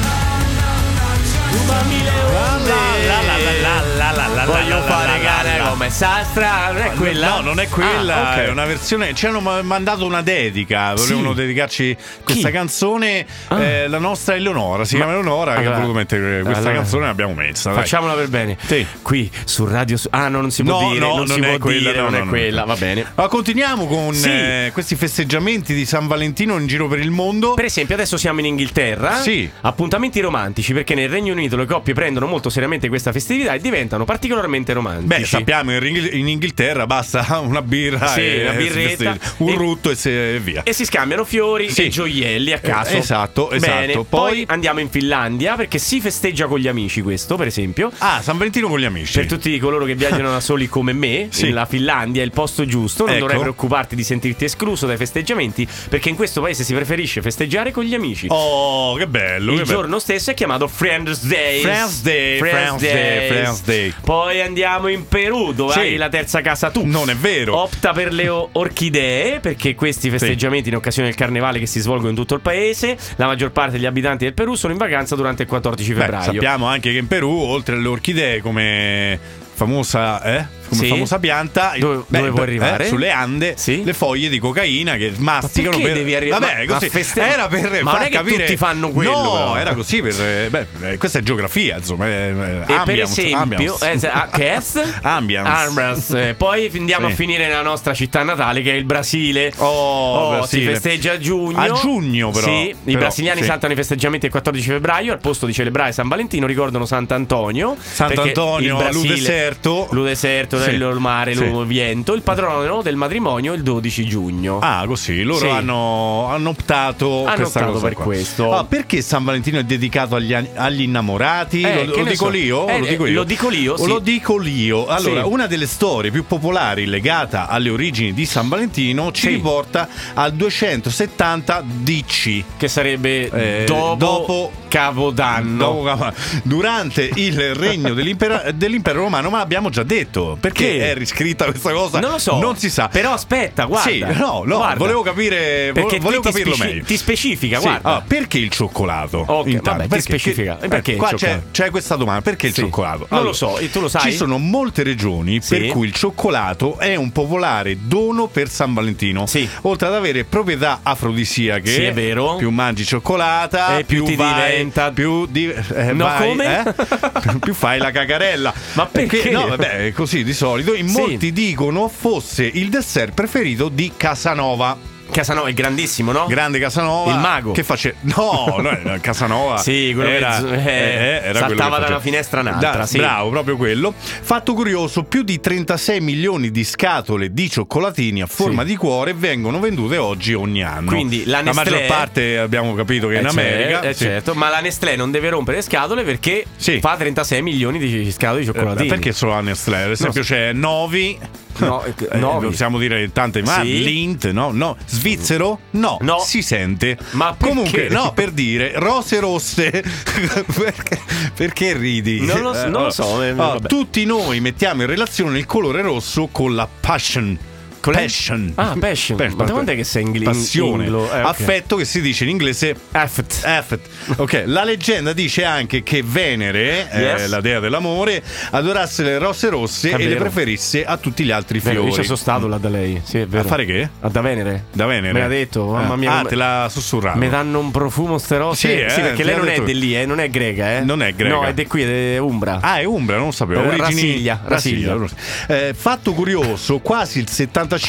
[SPEAKER 4] na na na na just.
[SPEAKER 2] La, la, la, la, la, la, la, la,
[SPEAKER 5] Voglio
[SPEAKER 2] la, la,
[SPEAKER 5] fare
[SPEAKER 2] la, la,
[SPEAKER 5] gare
[SPEAKER 2] la.
[SPEAKER 5] come Sastra, non è quella.
[SPEAKER 2] No, non è quella,
[SPEAKER 5] Ah, ok.
[SPEAKER 2] è una versione. Ci hanno ma- mandato una dedica.
[SPEAKER 5] Sì. Ah.
[SPEAKER 2] Volevano dedicarci questa canzone. eh, la nostra Eleonora. Si chiama Eleonora. che
[SPEAKER 5] allora-
[SPEAKER 2] ha voluto mettere questa
[SPEAKER 5] allora-
[SPEAKER 2] canzone. L'abbiamo messa. dai.
[SPEAKER 5] Facciamola per bene.
[SPEAKER 2] Sì.
[SPEAKER 5] Qui su Radio Su- Ah, no, non si può
[SPEAKER 2] No,
[SPEAKER 5] dire,
[SPEAKER 2] no,
[SPEAKER 5] non, si
[SPEAKER 2] non è
[SPEAKER 5] può
[SPEAKER 2] quella,
[SPEAKER 5] dire,
[SPEAKER 2] no,
[SPEAKER 5] non
[SPEAKER 2] no,
[SPEAKER 5] è
[SPEAKER 2] no.
[SPEAKER 5] quella, va bene.
[SPEAKER 2] Ma continuiamo con
[SPEAKER 5] Sì.
[SPEAKER 2] eh, questi festeggiamenti di San Valentino in giro per il mondo.
[SPEAKER 5] Per esempio, adesso siamo in Inghilterra.
[SPEAKER 2] Sì.
[SPEAKER 5] Appuntamenti romantici, perché nel Regno Unito le coppie prendono molto seriamente questa festività e diventano particolarmente romantici.
[SPEAKER 2] Beh, sappiamo che nel Inghi- in Inghilterra basta una birra,
[SPEAKER 5] Sì,
[SPEAKER 2] e
[SPEAKER 5] una birretta.
[SPEAKER 2] festeggi- un
[SPEAKER 5] E-
[SPEAKER 2] rutto e, se- e via.
[SPEAKER 5] E si scambiano fiori
[SPEAKER 2] Sì.
[SPEAKER 5] e gioielli a caso.
[SPEAKER 2] Eh, esatto,
[SPEAKER 5] Bene,
[SPEAKER 2] esatto.
[SPEAKER 5] Poi
[SPEAKER 2] Poi-
[SPEAKER 5] andiamo in Finlandia perché si festeggia con gli amici questo, per esempio.
[SPEAKER 2] Ah, San Valentino con gli amici.
[SPEAKER 5] Per tutti coloro che viaggiano da soli come me,
[SPEAKER 2] Sì.
[SPEAKER 5] la Finlandia è il posto giusto, non
[SPEAKER 2] Ecco.
[SPEAKER 5] dovrai preoccuparti di sentirti escluso dai festeggiamenti, perché in questo paese si preferisce festeggiare con gli amici.
[SPEAKER 2] Oh, che bello.
[SPEAKER 5] Il
[SPEAKER 2] che bello.
[SPEAKER 5] giorno stesso è chiamato Friends Day.
[SPEAKER 2] Friends Day, Friends Day, Friends Day.
[SPEAKER 5] Poi andiamo in Perù, dove
[SPEAKER 2] Sì.
[SPEAKER 5] hai la terza casa tu.
[SPEAKER 2] Non è vero.
[SPEAKER 5] Opta per le o- orchidee perché questi festeggiamenti in occasione del carnevale che si svolgono in tutto il paese, la maggior parte degli abitanti del Perù sono in vacanza durante il 14
[SPEAKER 2] Beh,
[SPEAKER 5] febbraio.
[SPEAKER 2] sappiamo anche che in Perù, oltre alle orchidee come famosa, eh, come
[SPEAKER 5] Sì.
[SPEAKER 2] famosa pianta, il-
[SPEAKER 5] Dove- dove vuoi
[SPEAKER 2] eh,
[SPEAKER 5] arrivare?
[SPEAKER 2] sulle Ande,
[SPEAKER 5] Sì.
[SPEAKER 2] le foglie di cocaina che masticano
[SPEAKER 5] perché
[SPEAKER 2] per
[SPEAKER 5] devi arrivare-
[SPEAKER 2] Vabbè,
[SPEAKER 5] ma-
[SPEAKER 2] così.
[SPEAKER 5] a festeggiare?
[SPEAKER 2] Era per
[SPEAKER 5] Ma
[SPEAKER 2] far
[SPEAKER 5] non è che
[SPEAKER 2] capire
[SPEAKER 5] tutti fanno quello,
[SPEAKER 2] No,
[SPEAKER 5] però.
[SPEAKER 2] era così per eh, beh, eh, questa è geografia, insomma, eh, eh,
[SPEAKER 5] E per
[SPEAKER 2] ambiance,
[SPEAKER 5] esempio,
[SPEAKER 2] ambiance.
[SPEAKER 5] eh, se- ah, che est?
[SPEAKER 2] Ambiance.
[SPEAKER 5] Ambiance. Eh, Poi andiamo
[SPEAKER 2] Sì.
[SPEAKER 5] a finire nella nostra città natale che è il Brasile.
[SPEAKER 2] Oh,
[SPEAKER 5] si
[SPEAKER 2] Brasile.
[SPEAKER 5] festeggia a giugno.
[SPEAKER 2] A giugno, però.
[SPEAKER 5] Sì, i
[SPEAKER 2] Però,
[SPEAKER 5] brasiliani
[SPEAKER 2] sì.
[SPEAKER 5] saltano i festeggiamenti il 14 febbraio al posto di celebrare San Valentino ricordano Sant'Antonio.
[SPEAKER 2] Sant'Antonio,
[SPEAKER 5] perché il Brasile-
[SPEAKER 2] Lu Deserto.
[SPEAKER 5] Lu deserto,
[SPEAKER 2] Sì.
[SPEAKER 5] del mare,
[SPEAKER 2] Sì.
[SPEAKER 5] Lu viento, il patrono del matrimonio il 12 giugno.
[SPEAKER 2] Ah, così, loro
[SPEAKER 5] Sì.
[SPEAKER 2] hanno, hanno optato,
[SPEAKER 5] Hanno
[SPEAKER 2] questa
[SPEAKER 5] optato
[SPEAKER 2] cosa
[SPEAKER 5] per
[SPEAKER 2] qua.
[SPEAKER 5] questo.
[SPEAKER 2] Ah, perché San Valentino è dedicato agli, agli innamorati?
[SPEAKER 5] Eh,
[SPEAKER 2] lo,
[SPEAKER 5] che
[SPEAKER 2] lo
[SPEAKER 5] ne
[SPEAKER 2] dico
[SPEAKER 5] so.
[SPEAKER 2] io,
[SPEAKER 5] Eh,
[SPEAKER 2] lo dico
[SPEAKER 5] eh,
[SPEAKER 2] io.
[SPEAKER 5] lo dico io, sì.
[SPEAKER 2] Lo dico io. Allora,
[SPEAKER 5] Sì.
[SPEAKER 2] una delle storie più popolari legata alle origini di San Valentino ci
[SPEAKER 5] Sì.
[SPEAKER 2] riporta al 270 DC.
[SPEAKER 5] Che sarebbe
[SPEAKER 2] Eh,
[SPEAKER 5] dopo,
[SPEAKER 2] dopo-
[SPEAKER 5] Capodanno.
[SPEAKER 2] Dopo- Durante il regno dell'impero, dell'impero romano, ma l'abbiamo già detto perché
[SPEAKER 5] Che?
[SPEAKER 2] è riscritta questa cosa?
[SPEAKER 5] Non lo so.
[SPEAKER 2] non si sa.
[SPEAKER 5] Però aspetta, guarda.
[SPEAKER 2] Sì, no, no,
[SPEAKER 5] guarda.
[SPEAKER 2] volevo capire, vo-
[SPEAKER 5] Perché
[SPEAKER 2] volevo
[SPEAKER 5] qui ti,
[SPEAKER 2] capirlo
[SPEAKER 5] speci-
[SPEAKER 2] meglio.
[SPEAKER 5] ti specifica,
[SPEAKER 2] Sì, ah.
[SPEAKER 5] guarda.
[SPEAKER 2] allora, perché il cioccolato?
[SPEAKER 5] Ok, vabbè, ti
[SPEAKER 2] perché?
[SPEAKER 5] specifica.
[SPEAKER 2] Che-
[SPEAKER 5] E perché
[SPEAKER 2] eh,
[SPEAKER 5] il
[SPEAKER 2] qua c'è,
[SPEAKER 5] cioccolato?
[SPEAKER 2] c'è questa domanda, perché
[SPEAKER 5] Sì.
[SPEAKER 2] il cioccolato?
[SPEAKER 5] Non lo so, e tu lo sai?
[SPEAKER 2] Ci sono molte regioni
[SPEAKER 5] Sì.
[SPEAKER 2] per cui il cioccolato è un popolare dono per San Valentino.
[SPEAKER 5] Sì.
[SPEAKER 2] Oltre ad avere proprietà afrodisiache,
[SPEAKER 5] Sì, è vero.
[SPEAKER 2] più mangi cioccolata,
[SPEAKER 5] E più ti
[SPEAKER 2] vai-
[SPEAKER 5] diventa-
[SPEAKER 2] più di- eh,
[SPEAKER 5] No,
[SPEAKER 2] vai,
[SPEAKER 5] come?
[SPEAKER 2] eh? più fai la cagarella.
[SPEAKER 5] Ma perché?
[SPEAKER 2] No, vabbè, è così di solito in
[SPEAKER 5] Sì.
[SPEAKER 2] molti dicono fosse il dessert preferito di Casanova.
[SPEAKER 5] Casanova è grandissimo, no?
[SPEAKER 2] Grande Casanova.
[SPEAKER 5] Il mago.
[SPEAKER 2] Che faceva. No, no, era Casanova.
[SPEAKER 5] Sì, quello che
[SPEAKER 2] era,
[SPEAKER 5] z- eh,
[SPEAKER 2] quello
[SPEAKER 5] saltava
[SPEAKER 2] che
[SPEAKER 5] da
[SPEAKER 2] faceva.
[SPEAKER 5] una finestra a un'altra, sì.
[SPEAKER 2] Bravo, proprio quello. Fatto curioso: più di 36 milioni di scatole di cioccolatini a forma
[SPEAKER 5] Sì.
[SPEAKER 2] di cuore vengono vendute oggi ogni anno.
[SPEAKER 5] Quindi la Nestlé-
[SPEAKER 2] maggior parte abbiamo capito che è in
[SPEAKER 5] Eh, cer-
[SPEAKER 2] America.
[SPEAKER 5] eh,
[SPEAKER 2] sì.
[SPEAKER 5] certo, ma la Nestlé non deve rompere scatole perché
[SPEAKER 2] Sì.
[SPEAKER 5] fa 36 milioni di scatole di
[SPEAKER 2] Eh, ma
[SPEAKER 5] cioccolatini.
[SPEAKER 2] perché solo la Nestlé? Ad esempio c'è Novi.
[SPEAKER 5] No, eh,
[SPEAKER 2] Eh,
[SPEAKER 5] Novi.
[SPEAKER 2] possiamo dire tante, ma
[SPEAKER 5] Sì.
[SPEAKER 2] l'Int, no, no, svizzero, no,
[SPEAKER 5] No.
[SPEAKER 2] si sente.
[SPEAKER 5] Ma perché?
[SPEAKER 2] comunque, no, per dire rose rosse, perché, perché ridi?
[SPEAKER 5] Non lo so-
[SPEAKER 2] Eh,
[SPEAKER 5] non lo
[SPEAKER 2] oh.
[SPEAKER 5] so, eh,
[SPEAKER 2] Oh,
[SPEAKER 5] vabbè.
[SPEAKER 2] tutti noi mettiamo in relazione il colore rosso con la passion.
[SPEAKER 5] Con la-
[SPEAKER 2] passion.
[SPEAKER 5] Ah, eh, passion.
[SPEAKER 2] Per-
[SPEAKER 5] Ma da quando è che sei inglese?
[SPEAKER 2] Passione. eh,
[SPEAKER 5] Affetto.
[SPEAKER 2] Affetto che si dice in inglese
[SPEAKER 5] Affetto.
[SPEAKER 2] Effet. Ok, la leggenda dice anche che Venere, eh,
[SPEAKER 5] Yes.
[SPEAKER 2] la dea dell'amore, adorasse le rose rosse
[SPEAKER 5] È
[SPEAKER 2] e le
[SPEAKER 5] vero.
[SPEAKER 2] preferisse a tutti gli altri fiori.
[SPEAKER 5] Io ci sono stato là da lei. Sì, è vero.
[SPEAKER 2] Mm. A fare che?
[SPEAKER 5] Ah, Da Venere.
[SPEAKER 2] Da Venere.
[SPEAKER 5] Me l'ha detto, mamma
[SPEAKER 2] Ah,
[SPEAKER 5] mia.
[SPEAKER 2] Ah,
[SPEAKER 5] come-
[SPEAKER 2] te l'ha sussurrato.
[SPEAKER 5] Mi danno un profumo ste rose.
[SPEAKER 2] Sì, eh,
[SPEAKER 5] perché
[SPEAKER 2] te
[SPEAKER 5] lei
[SPEAKER 2] l'ha
[SPEAKER 5] non è
[SPEAKER 2] detto.
[SPEAKER 5] di lì, eh, non è grega, eh.
[SPEAKER 2] Non è grega.
[SPEAKER 5] No, è di qui, è Umbra.
[SPEAKER 2] Ah, è Umbra, non lo sapevo.
[SPEAKER 5] Eh,
[SPEAKER 2] Origini...
[SPEAKER 5] Rasiglia, Rasiglia.
[SPEAKER 2] Rasiglia. Eh, fatto curioso, quasi il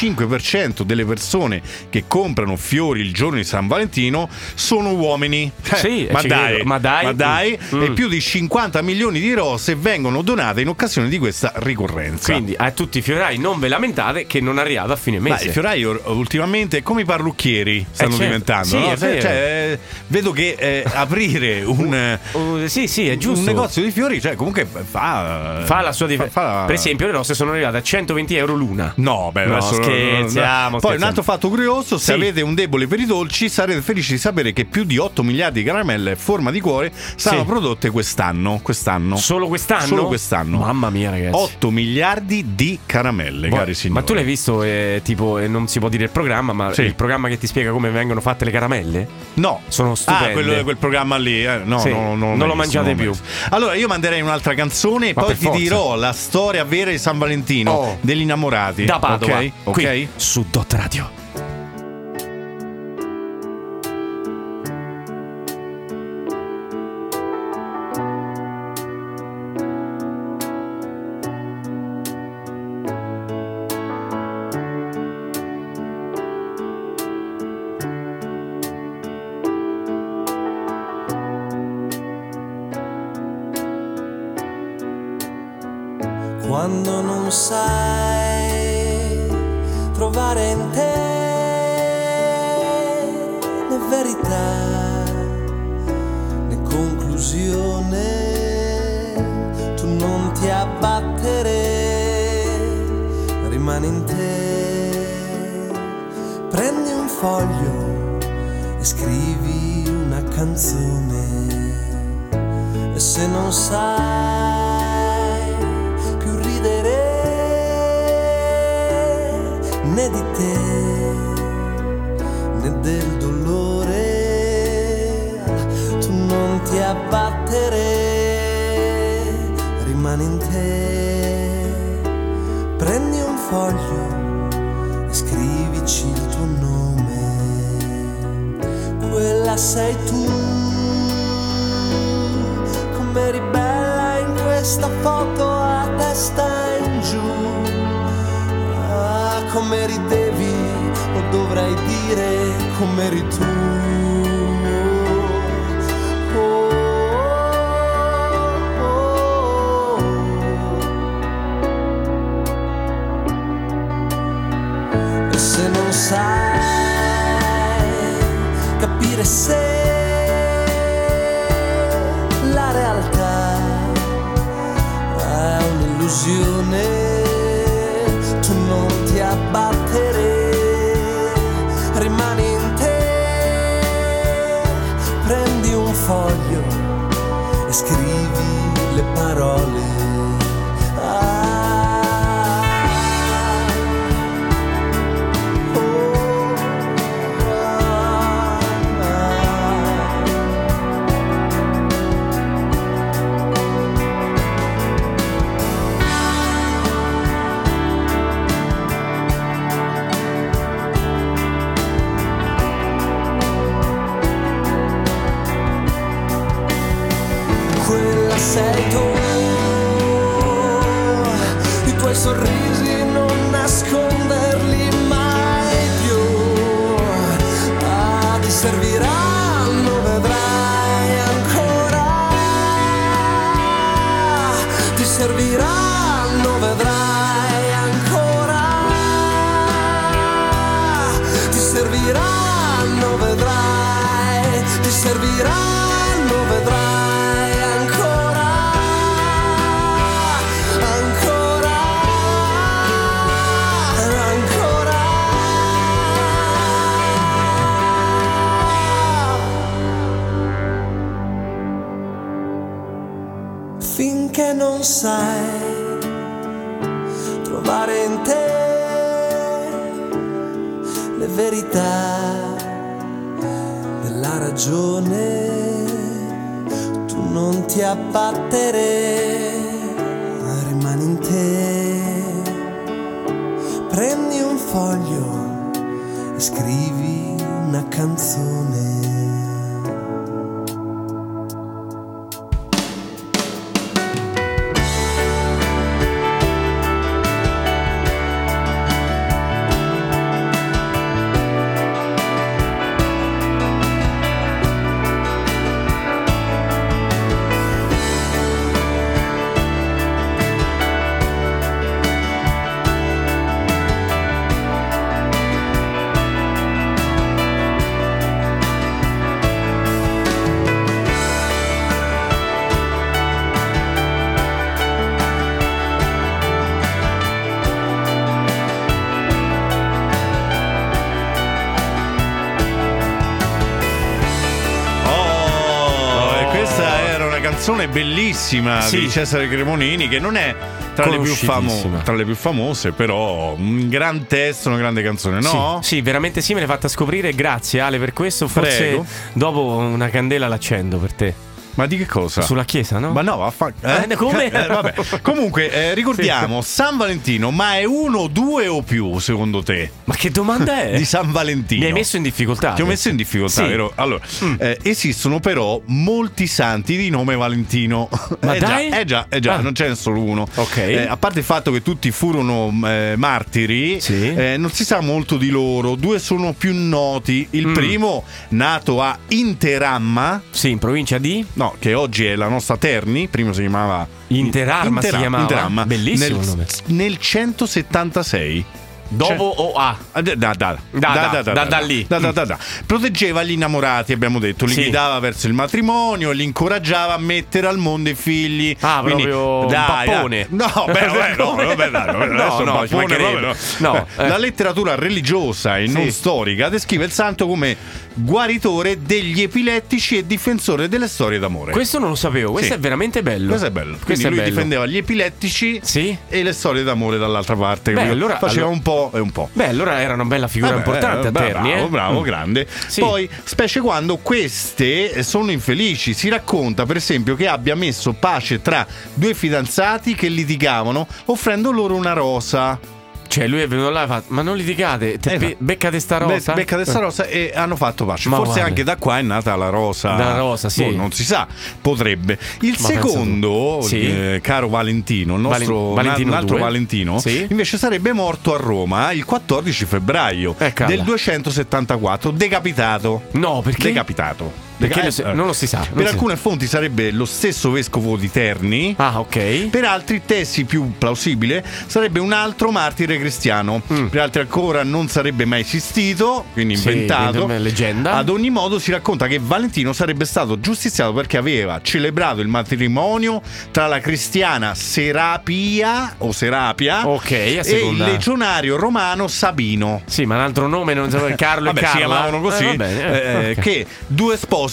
[SPEAKER 2] 75% delle persone che comprano fiori il giorno di San Valentino sono uomini. Eh,
[SPEAKER 5] Sì, eh,
[SPEAKER 2] ma,
[SPEAKER 5] ci
[SPEAKER 2] dai,
[SPEAKER 5] credo. Ma dai. Mm.
[SPEAKER 2] E più di 50 milioni di rose vengono donate in occasione di questa ricorrenza.
[SPEAKER 5] Quindi a tutti i fiorai non ve lamentate che non arrivate a fine
[SPEAKER 2] Ma
[SPEAKER 5] mese.
[SPEAKER 2] i fiorai or- ultimamente come i parrucchieri stanno
[SPEAKER 5] certo.
[SPEAKER 2] diventando.
[SPEAKER 5] Sì,
[SPEAKER 2] no?
[SPEAKER 5] è vero.
[SPEAKER 2] Cioè, eh, vedo che eh, aprire un, eh,
[SPEAKER 5] Oh, sì, sì, è giusto.
[SPEAKER 2] un negozio di fiori, cioè, comunque fa,
[SPEAKER 5] Fa la sua differenza.
[SPEAKER 2] fa- fa la-
[SPEAKER 5] Per esempio, le nostre sono arrivate a 120 euro l'una.
[SPEAKER 2] No, beh,
[SPEAKER 5] No,
[SPEAKER 2] adesso
[SPEAKER 5] scherziamo,
[SPEAKER 2] Poi un
[SPEAKER 5] scherziamo.
[SPEAKER 2] altro fatto curioso: se
[SPEAKER 5] Sì.
[SPEAKER 2] avete un debole per i dolci, sarete felici di sapere che più di 8 miliardi di caramelle a forma di cuore saranno
[SPEAKER 5] Sì.
[SPEAKER 2] prodotte quest'anno. Quest'anno.
[SPEAKER 5] Solo quest'anno?
[SPEAKER 2] Solo quest'anno.
[SPEAKER 5] Mamma mia, ragazzi.
[SPEAKER 2] 8 miliardi di caramelle,
[SPEAKER 5] Boh,
[SPEAKER 2] Eh, cari signori.
[SPEAKER 5] Ma tu l'hai visto, eh, tipo, eh, non si può dire il programma, ma
[SPEAKER 2] Sì.
[SPEAKER 5] il programma che ti spiega come vengono fatte le caramelle?
[SPEAKER 2] No,
[SPEAKER 5] Sono stupende.
[SPEAKER 2] Ah, quello, quel programma lì, eh, no,
[SPEAKER 5] Sì,
[SPEAKER 2] no, no,
[SPEAKER 5] non
[SPEAKER 2] l'ho
[SPEAKER 5] lo
[SPEAKER 2] visto,
[SPEAKER 5] mangiate
[SPEAKER 2] non l'ho
[SPEAKER 5] più.
[SPEAKER 2] visto. Allora, io manderei un'altra canzone e
[SPEAKER 5] Ma
[SPEAKER 2] poi
[SPEAKER 5] per
[SPEAKER 2] ti
[SPEAKER 5] forza.
[SPEAKER 2] dirò la storia vera di San Valentino
[SPEAKER 5] Oh.
[SPEAKER 2] degli innamorati.
[SPEAKER 5] Da Padova.
[SPEAKER 2] ok? Ok?
[SPEAKER 5] Qui, su Dot Radio.
[SPEAKER 4] quando non sai trovare in te né verità né conclusione, tu non ti abbattere, rimani in te, prendi un foglio e scrivi una canzone e se non sai più ridere né di te né del dolore tu non ti abbattere rimani in te prendi un foglio e scrivici il tuo nome quella sei tu come eri bella in questa foto a testa in giù. Ah, come ridevi, o dovrai dire come eri tu. Oh, oh, oh, oh. E se non sai capire se la realtà è un'illusione, tu non ti abbattere, rimani in te, prendi un foglio e scrivi le parole. Ah, oh, ah, ah. quella sei tu. I tuoi sorrisi non nasconderli mai più. Ah, ti serviranno, vedrai ancora. Ti serviranno, vedrai ancora. Ti serviranno, vedrai. Ti serviranno, vedrai ancora. Ancora. Ancora. Finché non sai trovare in te le verità della ragione, tu non ti abbattere, rimani in te, prendi un foglio e scrivi una canzone.
[SPEAKER 2] Oh, e questa era una canzone bellissima di
[SPEAKER 5] Sì.
[SPEAKER 2] Cesare Cremonini che non è tra le, più famo-
[SPEAKER 5] Conosciutissima.
[SPEAKER 2] tra le più famose, però un gran testo, una grande canzone, no?
[SPEAKER 5] Sì, sì, veramente sì, me l'hai fatta scoprire. Grazie Ale per questo. Forse
[SPEAKER 2] Prego.
[SPEAKER 5] dopo una candela l'accendo per te.
[SPEAKER 2] Ma di che cosa?
[SPEAKER 5] Sulla chiesa, no?
[SPEAKER 2] Ah. Ma no, vaffa- eh?
[SPEAKER 5] Eh, come?
[SPEAKER 2] Eh, vabbè. Comunque, eh, ricordiamo San Valentino, ma è uno, due o più secondo te?
[SPEAKER 5] Ma che domanda è?
[SPEAKER 2] Di San Valentino.
[SPEAKER 5] Eh. Mi hai messo in difficoltà. eh.
[SPEAKER 2] Ti ho messo in difficoltà,
[SPEAKER 5] Sì. Mm.
[SPEAKER 2] vero? Allora, eh, esistono però molti santi di nome Valentino.
[SPEAKER 5] Ma
[SPEAKER 2] eh
[SPEAKER 5] dai?
[SPEAKER 2] Già, eh già, eh già,
[SPEAKER 5] Ah.
[SPEAKER 2] non ce n'è solo uno.
[SPEAKER 5] Ok.
[SPEAKER 2] Eh, a parte il fatto che tutti furono mh, eh, martiri,
[SPEAKER 5] Sì.
[SPEAKER 2] eh, non si sa molto di loro. Due sono più noti. Il
[SPEAKER 5] Mm.
[SPEAKER 2] primo, nato a Interamma.
[SPEAKER 5] Sì, in provincia di?
[SPEAKER 2] No, no, che oggi è la nostra Terni, prima si chiamava
[SPEAKER 5] Interarma si chiamava? Bellissimo
[SPEAKER 2] nel,
[SPEAKER 5] il nome.
[SPEAKER 2] nel 176.
[SPEAKER 5] Dopo o a?
[SPEAKER 2] Ah, Da, da, da,
[SPEAKER 5] Da, da, da, da lì.
[SPEAKER 2] da, da, da, da. Proteggeva gli innamorati, abbiamo detto, li
[SPEAKER 5] Sì.
[SPEAKER 2] guidava verso il matrimonio, li incoraggiava a mettere al mondo i figli.
[SPEAKER 5] Ah, proprio un pappone. Eh,
[SPEAKER 2] dai. ah, No, beh, vabbè, no, vabbè, dai, no,
[SPEAKER 5] No,
[SPEAKER 2] adesso un
[SPEAKER 5] no,
[SPEAKER 2] pappone
[SPEAKER 5] ci mancherebbe.
[SPEAKER 2] proprio
[SPEAKER 5] No,
[SPEAKER 2] Eh,
[SPEAKER 5] eh.
[SPEAKER 2] La letteratura religiosa e non
[SPEAKER 5] Sì.
[SPEAKER 2] storica descrive il santo come guaritore degli epilettici e difensore delle storie d'amore.
[SPEAKER 5] Questo non lo sapevo, questo
[SPEAKER 2] Sì.
[SPEAKER 5] è veramente bello.
[SPEAKER 2] Questo è bello. Quindi
[SPEAKER 5] Questo è
[SPEAKER 2] lui
[SPEAKER 5] bello.
[SPEAKER 2] difendeva gli epilettici
[SPEAKER 5] Sì.
[SPEAKER 2] e le storie d'amore dall'altra parte.
[SPEAKER 5] Beh,
[SPEAKER 2] Quindi
[SPEAKER 5] allora-
[SPEAKER 2] faceva
[SPEAKER 5] allora-
[SPEAKER 2] un po' e un po'.
[SPEAKER 5] Beh, allora era una bella figura
[SPEAKER 2] Eh beh,
[SPEAKER 5] importante
[SPEAKER 2] eh,
[SPEAKER 5] a
[SPEAKER 2] bra-
[SPEAKER 5] Terni.
[SPEAKER 2] Bravo,
[SPEAKER 5] eh.
[SPEAKER 2] bravo, grande.
[SPEAKER 5] Sì.
[SPEAKER 2] Poi, specie quando queste sono infelici, si racconta per esempio che abbia messo pace tra due fidanzati che litigavano offrendo loro una rosa.
[SPEAKER 5] Cioè, lui è venuto là e ha fatto: Ma non litigate, te
[SPEAKER 2] Eh,
[SPEAKER 5] be-
[SPEAKER 2] no.
[SPEAKER 5] beccate sta
[SPEAKER 2] Be-
[SPEAKER 5] rosa.
[SPEAKER 2] beccate sta rosa e hanno fatto pace.
[SPEAKER 5] Ma
[SPEAKER 2] Forse
[SPEAKER 5] guarda.
[SPEAKER 2] anche da qua è nata la rosa.
[SPEAKER 5] Da rosa, sì.
[SPEAKER 2] Boh, non si sa, potrebbe. Il
[SPEAKER 5] Ma pensa tu.
[SPEAKER 2] secondo,
[SPEAKER 5] Sì.
[SPEAKER 2] eh, caro Valentino, il nostro
[SPEAKER 5] Valen- Valentino
[SPEAKER 2] un altro
[SPEAKER 5] due.
[SPEAKER 2] Valentino,
[SPEAKER 5] Sì.
[SPEAKER 2] invece sarebbe morto a Roma il 14 febbraio
[SPEAKER 5] Eh, cala.
[SPEAKER 2] del 274, decapitato.
[SPEAKER 5] No, perché?
[SPEAKER 2] Decapitato.
[SPEAKER 5] Perché
[SPEAKER 2] Deca-
[SPEAKER 5] lo si-
[SPEAKER 2] eh,
[SPEAKER 5] non lo si sa, non
[SPEAKER 2] Per
[SPEAKER 5] si-
[SPEAKER 2] alcune fonti sarebbe lo stesso vescovo di Terni.
[SPEAKER 5] Ah, ok.
[SPEAKER 2] Per altri tesi più plausibile sarebbe un altro martire cristiano, per altri ancora non sarebbe mai esistito, quindi
[SPEAKER 5] Mm. Sì,
[SPEAKER 2] inventato.
[SPEAKER 5] quindi è leggenda.
[SPEAKER 2] Ad ogni modo si racconta che Valentino sarebbe stato giustiziato perché aveva celebrato il matrimonio tra la cristiana Serapia o Serapia
[SPEAKER 5] Ok, a
[SPEAKER 2] e il
[SPEAKER 5] seconda.
[SPEAKER 2] legionario romano Sabino.
[SPEAKER 5] Sì, ma un altro nome non sapevo. Carlo
[SPEAKER 2] Vabbè,
[SPEAKER 5] e Carla.
[SPEAKER 2] si chiamavano così
[SPEAKER 5] Eh, va bene, eh,
[SPEAKER 2] eh,
[SPEAKER 5] ok.
[SPEAKER 2] che due sposi